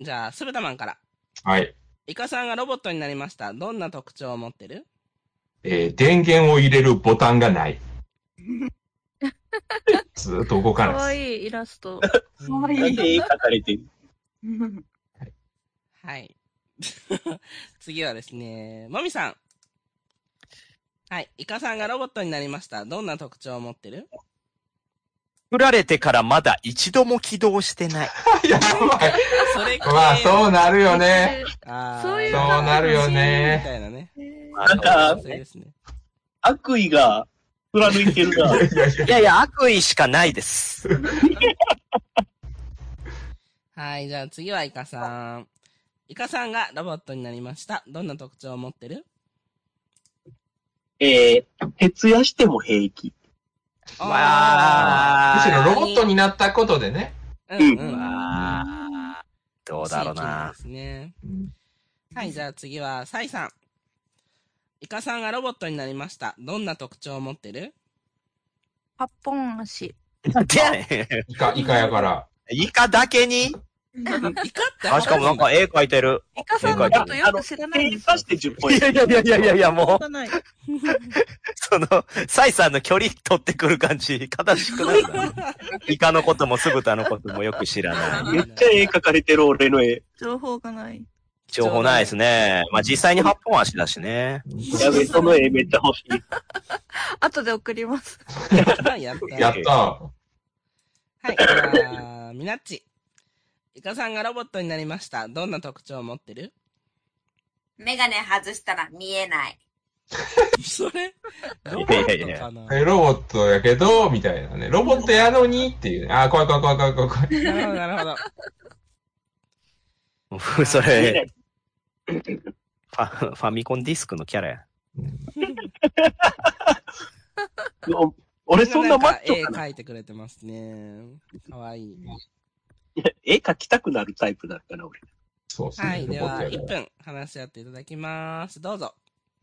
S1: ー、じゃあ、スルタマンから。
S2: はい。
S1: イカさんがロボットになりました。どんな特徴を持ってる
S2: えー電源を入れるボタンがない。ずーっと動か
S7: か
S2: な
S7: わ
S2: いで
S7: いいイラスト。
S1: か
S6: 可愛
S4: なんで絵描かれてる
S6: うん
S1: はい。 *laughs* 次はですね、もみさん。はい。イカさんがロボットになりました。どんな特徴を持ってる
S3: 作られてからまだ一度も起動してない。
S2: す。やばい。
S1: それ系
S2: まあ、そうなるよね。
S1: あー
S7: そういう
S2: そうなるよね
S1: みたいなね。
S4: なんか
S1: そうですね。
S4: 悪意が貫いて
S3: *laughs*
S4: るな。
S2: いやいや
S3: いやいや、悪意しかないです。
S1: はい、じゃあ次はイカさん。イカさんがロボットになりました。どんな特徴を持ってる
S4: えー、徹夜しても平気。
S3: わー
S2: むしろロボットになったことでね。
S1: うんうん。
S3: まあ、どうだろう
S1: 地
S3: な。
S1: 域のですね。はい、じゃあ次はサイさん。イカさんがロボットになりました。どんな特徴を持ってる
S7: 八本足。
S3: でやね
S2: イカ、イカやから。
S3: ん。 *laughs* イカだけに
S1: イカって
S3: あ、しかもなんか絵描いてる。
S7: イカさんのことよく知らないんですよ
S4: 徹夜して10ポイント。
S3: やいやいやいやいやいや、もう、
S7: ない。
S3: その、サイさんの距離取ってくる感じ、悲しくなるな。イカのことも酢豚のこともよく知らない。
S4: めっちゃ絵描かれてる俺の絵。
S7: 情報がない。
S3: 情報ないですね。まあ実際に8本足だしね。
S4: やべ、その絵めっちゃ欲しい。
S7: 後で送ります。
S1: やった。
S2: やった。
S1: はい、じゃあ、ミナッチ。イカさんがロボットになりました。どんな特徴を持ってる
S6: メガネ外したら見えない。
S1: それロボ
S3: いやいやい
S1: ット
S3: や
S1: かな
S2: えロボットやけど、みたいなね。ロボットやのにっていうね。あー、怖い怖い怖い怖い怖い怖い。
S1: なるほど、なるほど。
S2: *laughs*
S3: それ、ファファミコンディスクのキャラや。
S4: お俺そんなマッチョか
S1: ん
S4: な
S1: か絵描いてくれてますね。かわいい。
S4: 絵描きたくなるタイプだったな、俺。
S2: そうですね。
S1: はい、では、
S2: ロボット
S1: 1
S2: やから
S1: 分話し合っていただきます。どうぞ。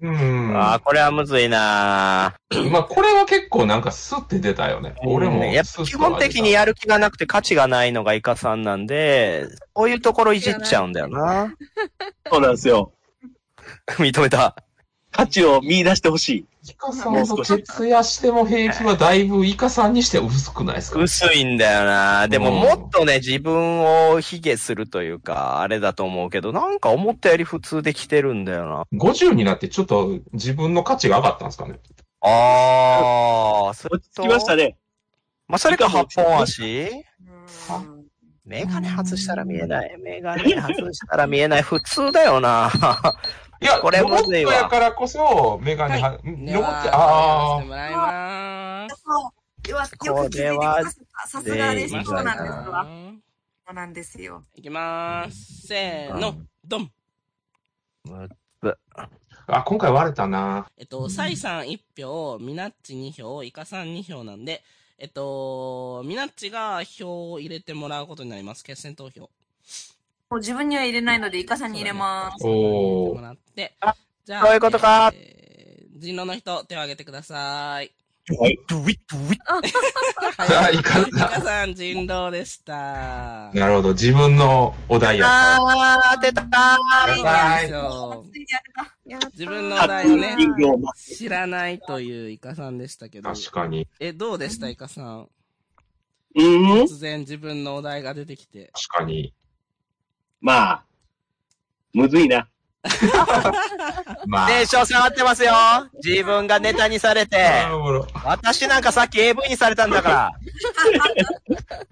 S2: うん。
S3: ああ、これはむずいな
S2: まあ、これは結構なんかスッて出たよね。俺も
S3: うんやっ
S2: ス
S3: ぱ
S2: ッとは出
S3: 基
S2: た
S3: 本的にやる気がなくて価値がないのがイカさんなんで、こういうところいじっちゃうんだ
S2: *laughs*
S3: よな。
S4: そうなんですよ。
S3: 認めた。
S4: 価値を見出してほしい。
S2: イカさんと徹夜しても平気はだいぶイカさんにしては薄くないですか
S3: 薄いんだよな。でも
S2: うん
S3: もっとね、自分を卑下するというか、あれだと思うけど、なんか思ったより普通で来てるんだよな。
S2: 50になってちょっと自分の価値が上がったんですかね。
S3: ああ、そ
S4: 落ち着きましたね。
S3: まあ、それか8本足
S6: うん
S3: メガネ外したら見えない。メガネ外したら見えない。普通だよな。
S2: いや、
S3: これ
S2: ロボ
S3: む
S2: ット
S3: ずいわ
S2: やからこそ、メガネは、ん
S1: で
S2: ロボット、
S1: は、話し
S2: あ
S1: てもらいます。
S6: そう。よよく気づいてくださった。さすがです。
S3: これは
S6: そうなんですわ。
S1: ね
S6: そうなんですよ。
S1: いきます。せーの、ドン。
S2: あ、あ、今回割れたな。
S1: えっと、サイさん1票、ミナッチ2票、イカさん2票なんで、えっと、ミナッチが票を入れてもらうことになります。決選投票。
S6: もう自分には入れないので、イカさんに入れます。
S1: そうだね入れてもらって。
S3: あ
S1: じゃ
S3: そういうことか
S1: えー人狼の人、手を挙げてください。
S3: ドゥイッドゥイッ
S2: あ *laughs* イカさん
S1: *laughs* イカさん人狼でした。
S2: なるほど、自分のお題やった。
S3: あー、当てたー
S2: やばい
S1: そう
S6: *laughs* ついにやるな
S7: や
S1: 自分の
S4: ハ
S1: お
S4: ッ
S1: 題
S4: ピ
S1: を
S4: ー
S1: ね
S4: エンディングを待って
S1: 知らないというイカさんでしたけど、
S2: 確かに。
S1: え、どうでしたイカさん。
S4: うーん
S1: 突然自分のお題が出てきて。
S2: 確かに。
S4: まあ、むずいな。
S2: まあ。
S3: テンション下がってますよ自分がネタにされて。
S2: あーおもろ
S3: 私なんかさっき AV にされたんだか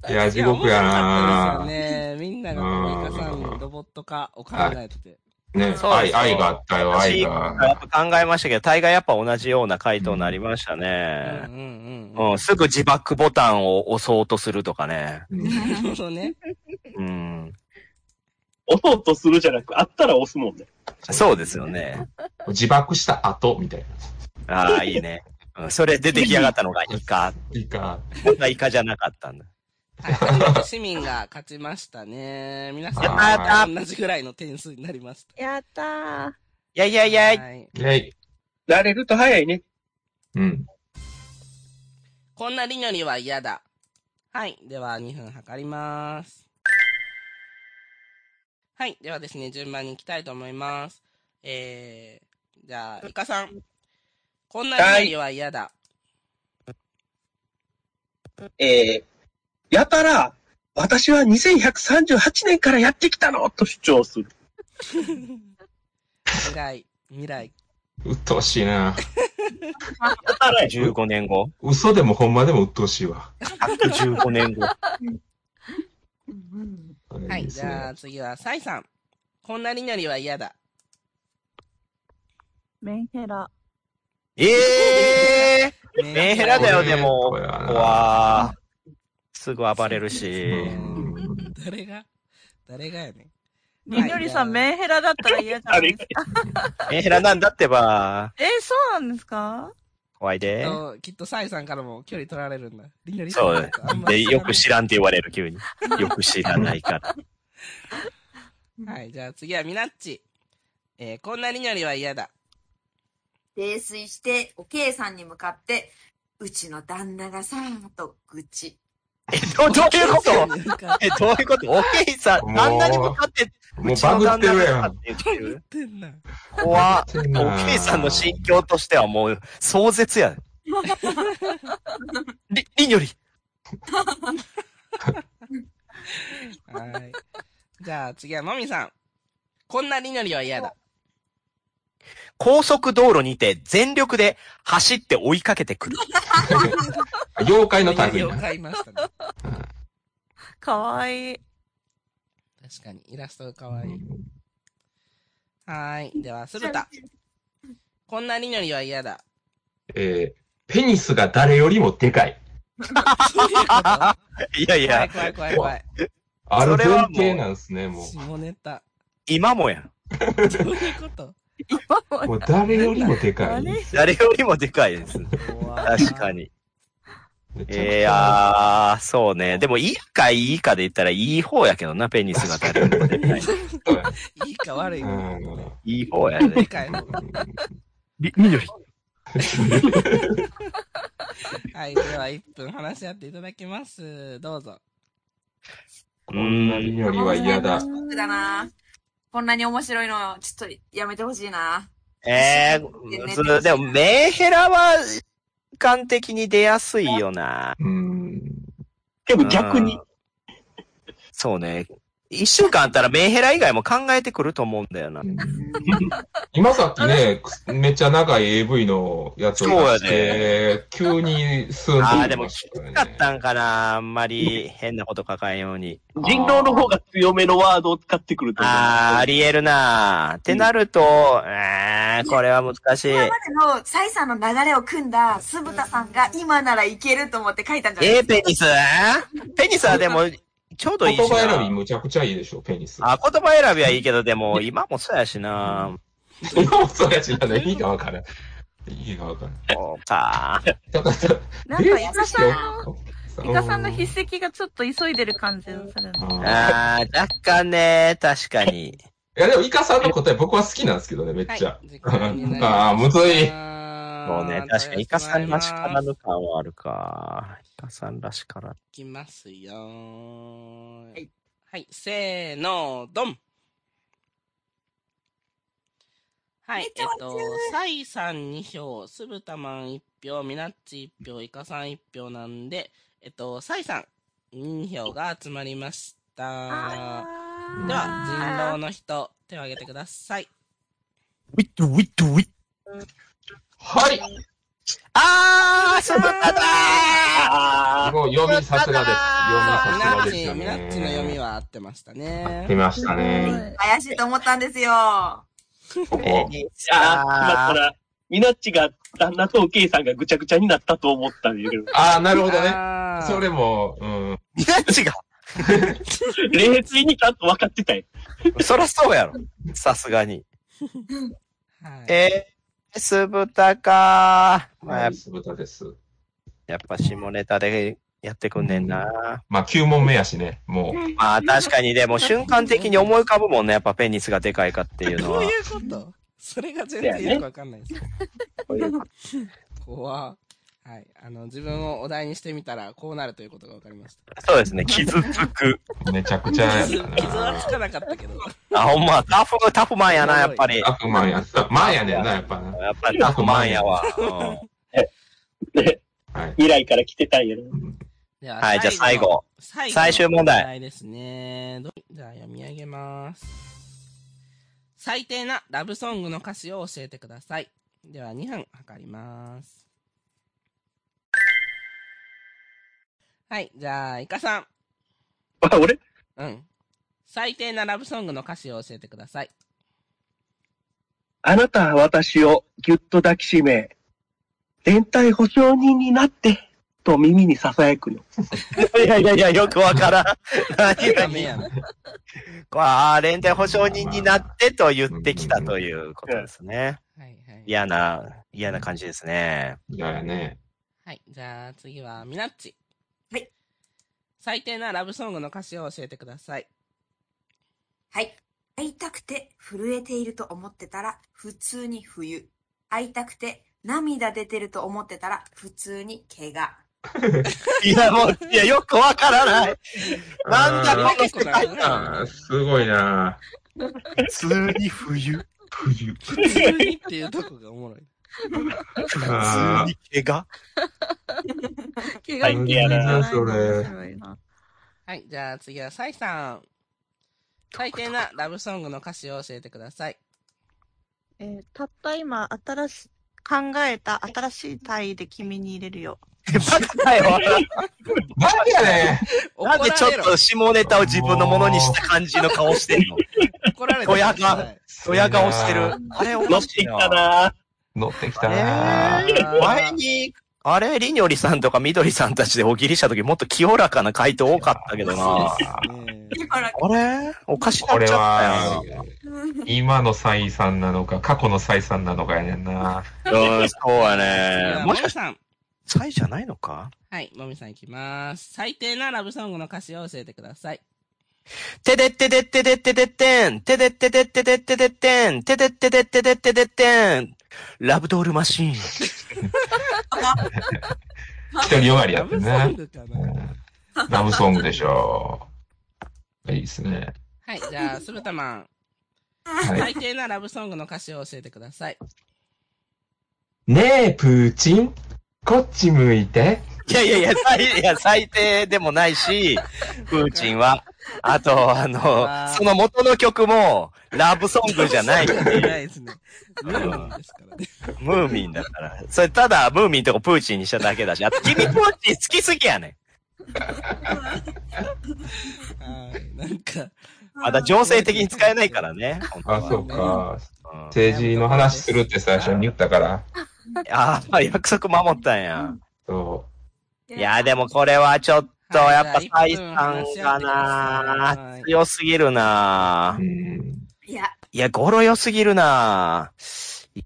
S3: ら。
S2: いや、地獄やな
S1: 面白かったですよね。みんながこのイカさんにロボット化を考えてて。
S2: ね、
S3: そう
S2: 愛、愛があったよ、愛
S3: 私、や
S2: が。
S3: っぱ考えましたけど、大概やっぱ同じような回答になりました
S1: うん
S3: ね。
S1: うんうん。
S3: うん、すぐ自爆ボタンを押そうとするとかね。
S2: うん
S1: なるほどね。
S3: うん。
S4: 押そうとするじゃなく、あったら押すもんね。
S3: そうですよね。
S2: 自爆した後、みたいな。
S3: ああ、いいね。うん、それ出てきやがったのがイカ。
S2: いいか。
S3: こんなイカじゃなかったんだ。
S1: はい。初めて市民が勝ちましたね。皆さん
S2: やったやった
S1: 同じぐらいの点数になりまし
S7: やったー。
S3: いやいやい
S1: た。
S3: やい。
S1: はい。
S2: えい。
S4: 慣れると早いね。
S2: うん。
S1: こんなりのりは嫌だ。はい。では、2分測ります。はい。ではですね、順番に行きたいと思います。えー、じゃあ、イカさん。こんなりのりは嫌だ。
S4: えー、やたら、私は2138年からやってきたのと主張する。
S1: 未来、未来。
S2: 鬱陶しいな。
S4: やたらや
S3: 15年後
S2: 嘘でもほんまでも鬱陶しいわ。
S3: ?115 年後。
S1: は。
S2: はい
S1: じゃあ、次は、サイさん。こんなりのりは嫌だ。
S7: メンヘラ。
S3: ええ *laughs* メンヘラだよ、でも。
S2: これはな
S3: わあ。すぐ暴れるし。
S1: 誰が誰がやねん。
S7: りのりさん、メンヘラだったら嫌じゃないですか。
S3: メンヘラなんだってば。
S7: え、そうなんですか
S3: 怖いで。
S1: ときっとサイさんからも距離取られるんだ。りのりさん
S3: そ
S1: の
S3: う
S1: ことあん。ま
S3: で、
S1: り知らない
S3: よく知らんって言われる、急に。よく知らないから。
S1: はい、じゃあ次はミナッチ。えー、こんなにのりは嫌だ。
S6: 泥酔して、おけいさんに向かって、うちの旦那がさ、と愚痴。
S3: *laughs* え、どどういうこと
S1: と
S3: え、どういうことおけいさん、
S2: もう
S3: あんなに向かって、
S2: もうバグってるやん。
S3: うちの旦那がって言ってる
S1: ってんな。
S3: 怖っ。
S2: お
S3: おけいさんの心境としてはもう、壮絶や。り、りんより。
S1: はい。じゃあ次はもみさん。こんなにのりは嫌だ。
S3: 高速道路にて全力で走って追いかけて *laughs* くる。
S2: 妖怪の類
S1: を
S2: な。
S1: 買いましたね。
S7: かわいい。
S1: 確かに、イラストがかわいい。はーい。では、鶴 *laughs* 田。こんなにのりは嫌だ。
S2: えー、ペニスが誰よりもでかい。
S1: そういうこと怖
S3: いやいや
S1: い、怖い怖い怖い。
S2: ある
S3: それは
S2: 前
S3: もう
S2: 提なんですね、も
S1: 下ネタ。
S3: 今もやん。
S1: どういうこと
S2: う。もう誰よりもでか
S7: あ
S2: い。
S7: れ
S3: 誰よりもでかいです。確か
S1: に。
S3: *laughs* に。
S2: めちゃくちゃ
S3: いやー、そうね。でも、いいかいいかで言ったら、いい方やけどな、ペニスが誰よりもでかい。
S1: いいか悪いか。
S2: うん
S3: いい方やね *laughs*
S1: で。かい方が。
S3: り、りんより。
S1: はい。では、1分話し合っていただきます。どうぞ。
S2: こんなによりは嫌だ。
S6: 楽だな。こんなに面白いの、ちょっとやめてほしいな。
S3: えー、そでも、メンヘラは、感的に出やすいよな。
S2: うん。
S4: けど逆
S3: う
S4: に
S3: ん。。そうね。一週間あったら、メンヘラ以外も考えてくると思うんだよな。
S2: 今さっき
S3: *laughs*
S2: ね、くめっちゃ長い AV のやつを出して、
S3: そ
S2: 急
S3: う
S2: にスーンと
S3: ああ、
S2: 行
S3: で
S2: き
S3: も、
S2: ま
S3: き
S2: し
S3: つ
S2: たよね
S3: かったんかな。あんまり、変なこと抱えんように。
S4: 人狼の方が強めのワードを使ってくると思う。
S3: あー、ありえるなってなると、えー、これは難しい。
S6: 今までの、サイさんの流れを組んだ、酢豚さんが今ならいけると思って書いたんじゃない
S3: えー、ペニスペニスはでも、ちょうどいいし
S2: 言
S3: な。
S2: 葉選びむちゃくちゃいいでしょ、ペニス。
S3: あ、言葉選びはいいけど、でも、今もそうやしな。
S2: 今もそうやしなんだ、意味がわからん。意味がわからん。
S3: そうか。
S2: だから、
S7: なんか、イカさんの、
S2: ん
S7: イカさんの筆跡がちょっと急いでる感じがするの。
S3: あー、若干ね、確かに。
S2: いや、でもイカさんの答え僕は好きなんですけどね、めっ
S1: はい
S2: ちゃ。。
S1: 時間になりました
S3: *laughs*
S2: あーむずい
S3: もうね、確かに、イカさんらしから
S1: い
S3: ぬ感はあるか。イカさんらしから。
S1: きますよー
S6: はい。
S1: はい、せーの、ドンはい。
S6: め
S1: え
S6: っ
S1: っ
S6: ちゃ湧いて
S1: と
S6: る、
S1: サイさん2票、スブタマン1票、ミナッチ1票、イカさん1票なんで、えっと、サイさん2票が集まりました。では、
S5: あ
S1: 人狼の人、手を挙げてください。
S3: ウィットウィットウィット。
S2: はい
S3: あー、その方
S2: す *laughs* ごい読みさすが
S1: ミナ
S2: です。読みさすが
S1: ッ
S2: です
S1: チ、
S2: よ
S1: ミ
S2: ね。
S1: ナッチの読みは合ってましたね
S2: 出。ましたね。
S7: ー
S6: 怪しいと思ったんですよ。
S2: ここ。
S4: ああ、今から、ミナッチが旦那とおけいさんがぐちゃぐちゃになったと思ったんだけ *laughs* ど、
S2: ああ、なるほどね。
S1: あー
S2: それも、うん。
S3: ミナッチが、
S4: 冷静にちゃんと分かってたよ。
S3: そらそうやろ。さすがに。
S1: はい
S3: えー、酢豚かまあ、
S2: ナ
S3: や
S2: イス豚です。
S3: やっぱ下ネタでやってくんねんな。
S2: まあ、9問目やしね。も
S3: まあ確かにでも瞬間的に思い浮かぶもんね。やっぱペニスがでかいかっていうの
S1: ど
S3: は
S1: うい。うことそれが全然よくわかんないです。怖はい。あの、自分をお題にしてみたら、こうなるということがわかりました。
S3: そうですね。傷つく。 *laughs*
S2: う、めちゃくちゃやっ
S1: 傷
S2: た
S1: 傷は
S2: な。
S1: つかなかったけど。
S3: あ、ほんま、タフ、タフマンやな、やっぱり。や
S2: 悪魔やった。マンやねんな、やっぱな。
S3: っぱりタフマンやわ。うん
S4: ね
S2: はい。
S4: 未来から来てたんやろ。
S1: では
S3: はい、じゃあ最。後。
S1: 最
S3: 最終問
S1: の
S3: 題
S1: ですね。どじゃあ読み上げます。最低なラブソングの歌詞を教えてください。では2分測ります。はい、じゃあ、イカさん。
S4: あ、俺
S1: うん。最低なラブソングの歌詞を教えてください。
S4: あなたは私をぎゅっと抱きしめ、連帯保証人になって、と耳に囁くの。
S3: いやいやいや、よくわからん。何
S1: ダ
S3: が
S1: メやな。
S3: ああ、連帯保証人になってと言ってきたということですね。
S1: はいはい。
S3: 嫌な、嫌な感じですね。
S2: 嫌やね。
S1: はい。じゃあ次は、ミナッチ。
S6: はい。
S1: 最低なラブソングの歌詞を教えてください。
S6: はい。会いたくて震えていると思ってたら、普通に冬。会いたくて涙出てると思ってたら、普通に怪我。
S3: いや、もう、いや、よくわからない。なんだ、
S2: あ
S3: この世界
S2: あ
S3: 観
S2: ー、すごいな。
S3: 普通に冬。
S2: 冬。
S1: 普通にっていうとこがおもろい。
S3: 普通
S2: あ
S3: に怪我。
S5: 怪
S4: はい
S5: 我
S4: 嫌だ
S2: なそれ
S5: 面白いな
S1: はい。じゃあ次は、サイさん。最低なラブソングの歌詞を教えてください。
S7: えーたった今、新し、考えた新しい単位で君に入れるよ。
S3: バカだよ。
S2: なんでやね
S1: 怒ら
S3: な
S1: れ
S3: んで
S1: ろ
S3: ちょっと下ネタを自分のものにした感じの顔して *laughs* んの
S1: 怒られ
S3: 小屋
S1: た。
S3: がドヤ顔してる。あれ、お
S4: *laughs* 乗
S3: か
S4: っ
S3: してい
S4: き
S3: な
S4: たなぁ。
S2: 乗ってきたな
S3: えー前に、あれ、りにょりさんとかみどりさんたちでおぎりしたときもっと清らかな回答多かったけどな。
S1: そうですね
S6: 今ら、
S3: あれおかしな
S2: こ
S3: っち
S2: れ
S3: ゃ
S2: は
S3: っ、
S2: 今のサイさんなのか、過去のサイさんなのかやねんな。
S3: たよ。うん、そう
S1: 次
S3: や
S1: は
S3: ね。
S1: も
S3: もし
S1: み
S3: かして、
S1: さん。
S3: サイじゃないのか
S1: はい。もみさんいきます。最低なラブソングの歌詞を教えてください。
S3: てでってでってでってでってん。てでってでってでってでってん。てでってでってでってでってん。ラブドールマシーン。
S2: 一人終わりや
S1: ラ
S2: って
S1: ブソ
S3: *laughs*
S1: ン
S2: ね。
S1: グかな
S2: ラブソングでしょう。いいですね。
S1: はい。じゃあ、スルタマン。
S2: は
S1: 最
S2: い。
S1: 低なラブソングの歌詞を教えてください。
S2: ねえ、プーチン。こっち向いて。
S3: いやいやいや、最、いや、最低でもないし、プーチンは。あと、あ
S1: あー
S3: の、その元の曲も、ラブソングじゃないって
S1: じゃ
S3: いう
S1: ないですね。ムーミンですからね。
S3: ムーミンだから。それ、ただ、ムーミンとこプーチンにしただけだし、あと、君プーチン好きすぎやねん。
S1: はい。なんか、
S3: まだ情勢的に使えないからね。本当は
S2: あ、そうか。
S3: うん
S2: 政治の話するって最初に言ったから。
S3: あー、約束守ったんや。
S2: そ
S3: いや、でもこれはちょっと、やっぱ、サイさんがな
S1: はい
S3: 強すぎるな
S2: う。うん。
S6: いや、
S3: いや、ゴロ良すぎるな。い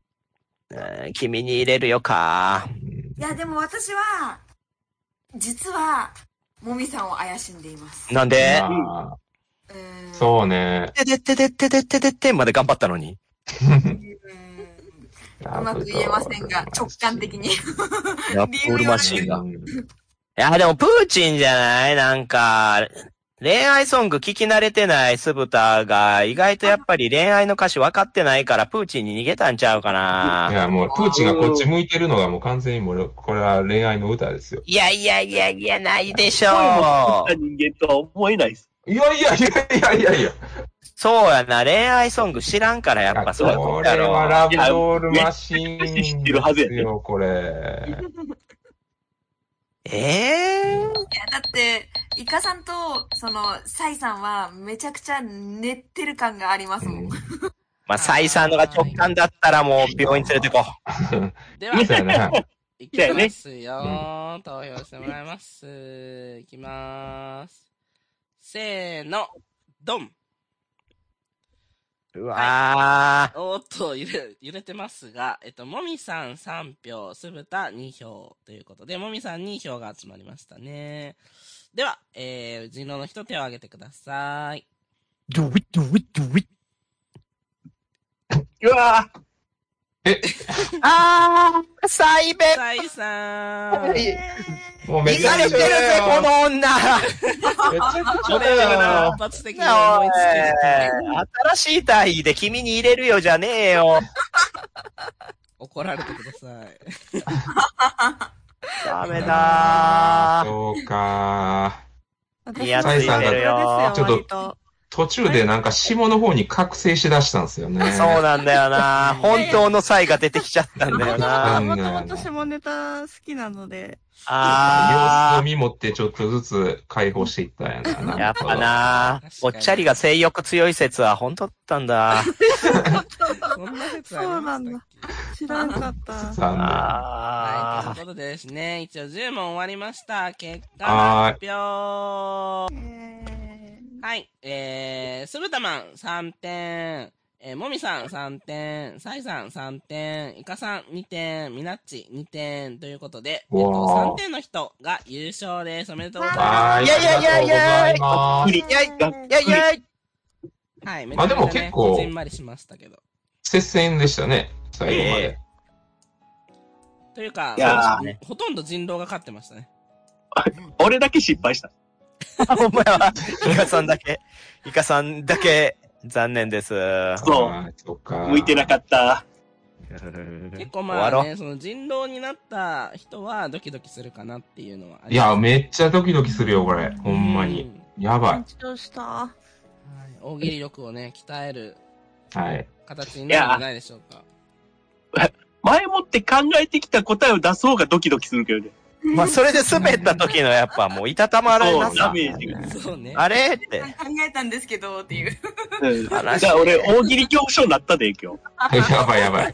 S3: うん君に入れるよか。
S6: いや、でも私は、実は、もみさんを怪しんでいます。
S3: なんで
S2: あ
S6: うーん
S2: ーそうね。
S3: てでてでてでてでてまで頑張ったのに。
S6: うーんうまく言えませんが、直感的
S2: *laughs*
S6: に。
S3: ラップールマシン
S2: う
S3: が。
S2: ん。
S3: いや、でも、プーチンじゃないなんか、恋愛ソング聞き慣れてない酢豚が、意外とやっぱり恋愛の歌詞分かってないから、プーチンに逃げたんちゃうか
S2: い
S3: な。
S2: や、もう、プーチンがこっち向いてるのがもう完全にもう、これは恋愛の歌ですよ。
S3: いやいやいやいや、ないでし
S4: 声を
S3: ょ
S4: 作った
S3: う。
S4: 人間とは思えないです。
S2: いやいやいやいやいやいや。
S3: そうやな、恋愛ソング知らんからやっぱそういうこ
S2: こと
S3: や
S2: れ
S3: ろ。
S2: はラブドールマシ
S4: めっちゃ知
S2: ーン
S4: ってるはずや
S2: です
S4: ね
S2: よ、これ。
S3: ええ
S6: だって、イカさんと、その、サイさんは、めちゃくちゃ寝ってる感がありますもん。
S2: う
S6: *laughs*
S2: ん
S3: まあ、サイさんのが直感だったらもう病院連れてこう。
S1: では、
S2: *laughs* そうやな。
S1: いきますよ、投票してもらいます。いきまーす。せーの、ドン
S3: うわ
S1: おーっと、揺れ、揺れてますが、えっと、もみさん3票、すぶた2票ということで、もみさん2票が集まりましたね。では、えー、人狼の人手を挙げてください。
S3: ー。ドゥイドゥイドゥイ。
S4: うわぁ
S3: あー、サイベ
S1: さいさん。
S2: もうめ
S3: い
S2: ちゃ
S3: かれ
S2: く
S3: て
S2: ちゃ
S3: るぜ
S2: だ、よ
S3: この女
S2: めちゃくち
S1: こ
S2: ゃ
S1: れが
S2: だよ
S1: 反発的に思いつきですね。
S3: 新しい体位で君に入れるよじゃねえよ。
S1: 怒られてください。
S3: ダメだー。
S2: そうか
S3: いや
S2: ついてる
S3: よ
S7: ちょっ
S2: ちょっ
S7: と。
S2: 途中でなんか下の方に覚醒しだしたんですよね。
S3: そうなんだよな。本当の才が出てきちゃったんだよ
S7: *laughs*
S3: な。
S2: んだ
S7: もと
S2: よな
S7: もと下ネタ好きなので、
S2: 様子を
S3: あ
S2: 見持ってちょっとずつ解放していったんやな。
S3: ー。やっぱなー。おっちゃりが性欲強い説は本当だったんだ。
S1: そんな説ありましたっけ
S7: 知らなかった。
S2: 残
S1: はい、とい
S3: あ
S1: うことでですね、一応10問終わりました。結果の
S2: は
S1: 発表
S5: えー
S1: はい、えー、すぶたまん3点、えー、もみさん3点、さいさん3点、いかさん2点、みなっち2点ということで、えっと、
S2: わー
S1: 3点の人が優勝です。おめでとうござい
S2: 念。
S1: ま
S2: はーい。
S3: いやいやいやいや
S2: ありがとうございます
S4: いやいや
S3: ー。いやいやい
S1: す。はい、めち
S2: ま
S1: ゃ
S2: あ
S1: めちゃ、ね、
S2: でも結構
S1: こじんまりしましたけど。
S2: 接戦でしたね、最後ま
S3: え
S2: で。
S1: というか、
S4: いやー
S1: そうですねほとんど人狼が勝ってましたね。
S4: 俺だけ失敗した。
S3: や。お前は、イカさんだけ、イカさんだけ、残念です。
S4: そう
S2: あーそうか。
S4: 向いてなかった。
S1: 結
S3: 結
S1: 構まあね、その人狼になった人はドキドキするかなっていうのはあ
S2: い
S1: ります
S2: や、めっちゃドキドキするよ、これ。ほんまに。。やば
S7: 緊張した。
S1: うんはい大喜利力をね、鍛える
S2: い。はい。 *laughs*
S1: 形になるんじゃないでしょうか。
S4: 前もって考えてきた答えを出そうがドキドキするけどね。
S3: まあ、それで滑った時のやっぱもう、いたたまられな
S4: そう、ダ
S3: さ。
S4: メージが。
S1: そうね。
S3: *laughs* あれって。
S6: 考えたんですけど、っていう。
S4: うんじゃあ俺、大喜利恐怖症になったで、今日。
S2: やばいやばい。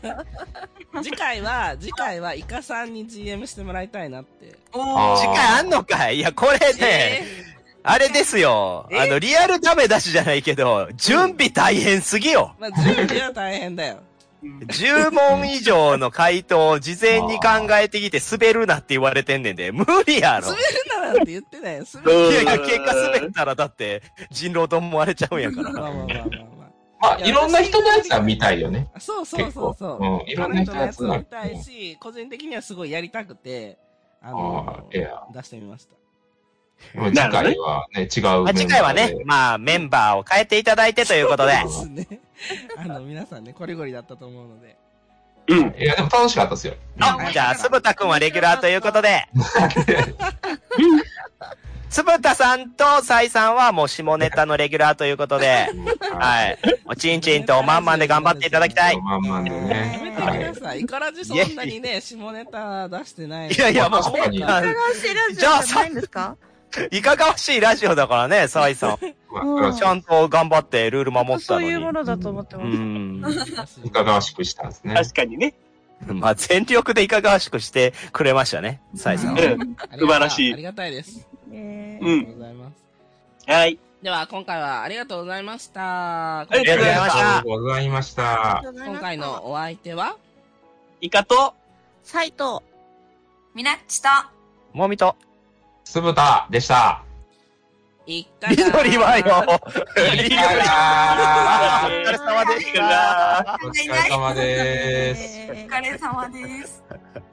S1: 次回は、次回はイカさんに GM してもらいたいなって。
S2: あー
S3: 次回あんのかいいや、これね、あれですよ。
S1: え
S3: あの、リアルダメ出しじゃないけど、準備大変すぎよ。
S1: まあ、準備は大変だよ。
S3: 10問以上の回答を事前に考えてきて滑るなって言われてんねんで、無理やろ
S1: 滑。るななんて言ってないよ。滑
S4: う
S1: る。
S4: ん
S3: いやいや、結果滑ったらだって、人狼と思われちゃうんやか
S1: まあまあま
S3: ら。
S1: あまあま
S2: まあ、いろんな人のやつは見たいよね。
S1: あ。そうそうそうそう。
S2: 結構うんいろんな人のやつ
S1: いろん
S2: は
S1: な人のやつを見たいし、個人的にはすごいやりたくて、あ
S2: あ
S1: の、
S2: ーいや
S1: 出してみました。
S2: でも次回はね、違うメンバ
S3: ま
S2: ー
S3: あ、
S2: で。
S3: 次回はね、まあ、メンバーを変えていただいてということで。
S1: ですね。あの、皆さんね、こりごりだったと思うので。
S4: うん。
S2: いや、でも楽しかったですよ。
S3: あ、じゃあ、すぶたくんはレギュラーというこ
S1: *laughs*
S3: とで。 *laughs* すぶたさんとサイさんはもう下ネタのレギュラーということで、はい。おちんちんとおまんまんで頑張っていただきたい。
S2: まんまんで
S1: やめ
S2: ね。
S1: てください。イカラジそんなにね、下ネタ出してないの
S3: いやいや、もう、
S2: 確かに
S7: いかがわしいラジオじゃないんですか
S3: いかがわしいラジオだからね、サイさん。
S2: はい。
S3: ちゃんと頑張ってルール守った
S7: そ
S3: の
S7: う
S3: に。
S7: いうも
S3: う
S7: のだと思ってます。
S3: ん。
S2: いかがわしくしたんですね。
S4: 確かにね。
S3: まあ、全力でいかがわしくしてくれましたね、サイさん。
S4: うん。素晴らしい
S1: ありがたいです。
S7: え
S1: あ
S7: ー
S1: りがとうございます。
S4: はい。
S1: では、今回はありがとうございました。あ
S4: りがとうござい
S2: あ
S4: ました
S2: りがとうございまし
S7: あ
S2: た
S7: り。がとうございま
S1: 今
S7: す
S1: 回のお相手は、
S4: イカと、
S7: サイト。
S6: みなっちと、
S3: もみと。
S2: 酢豚でした。
S1: 一回。
S3: 緑はよ。緑
S2: あ
S3: は。
S2: ー
S3: お疲れ様でした。
S6: お
S2: お疲れ様です。
S6: 疲れ様です。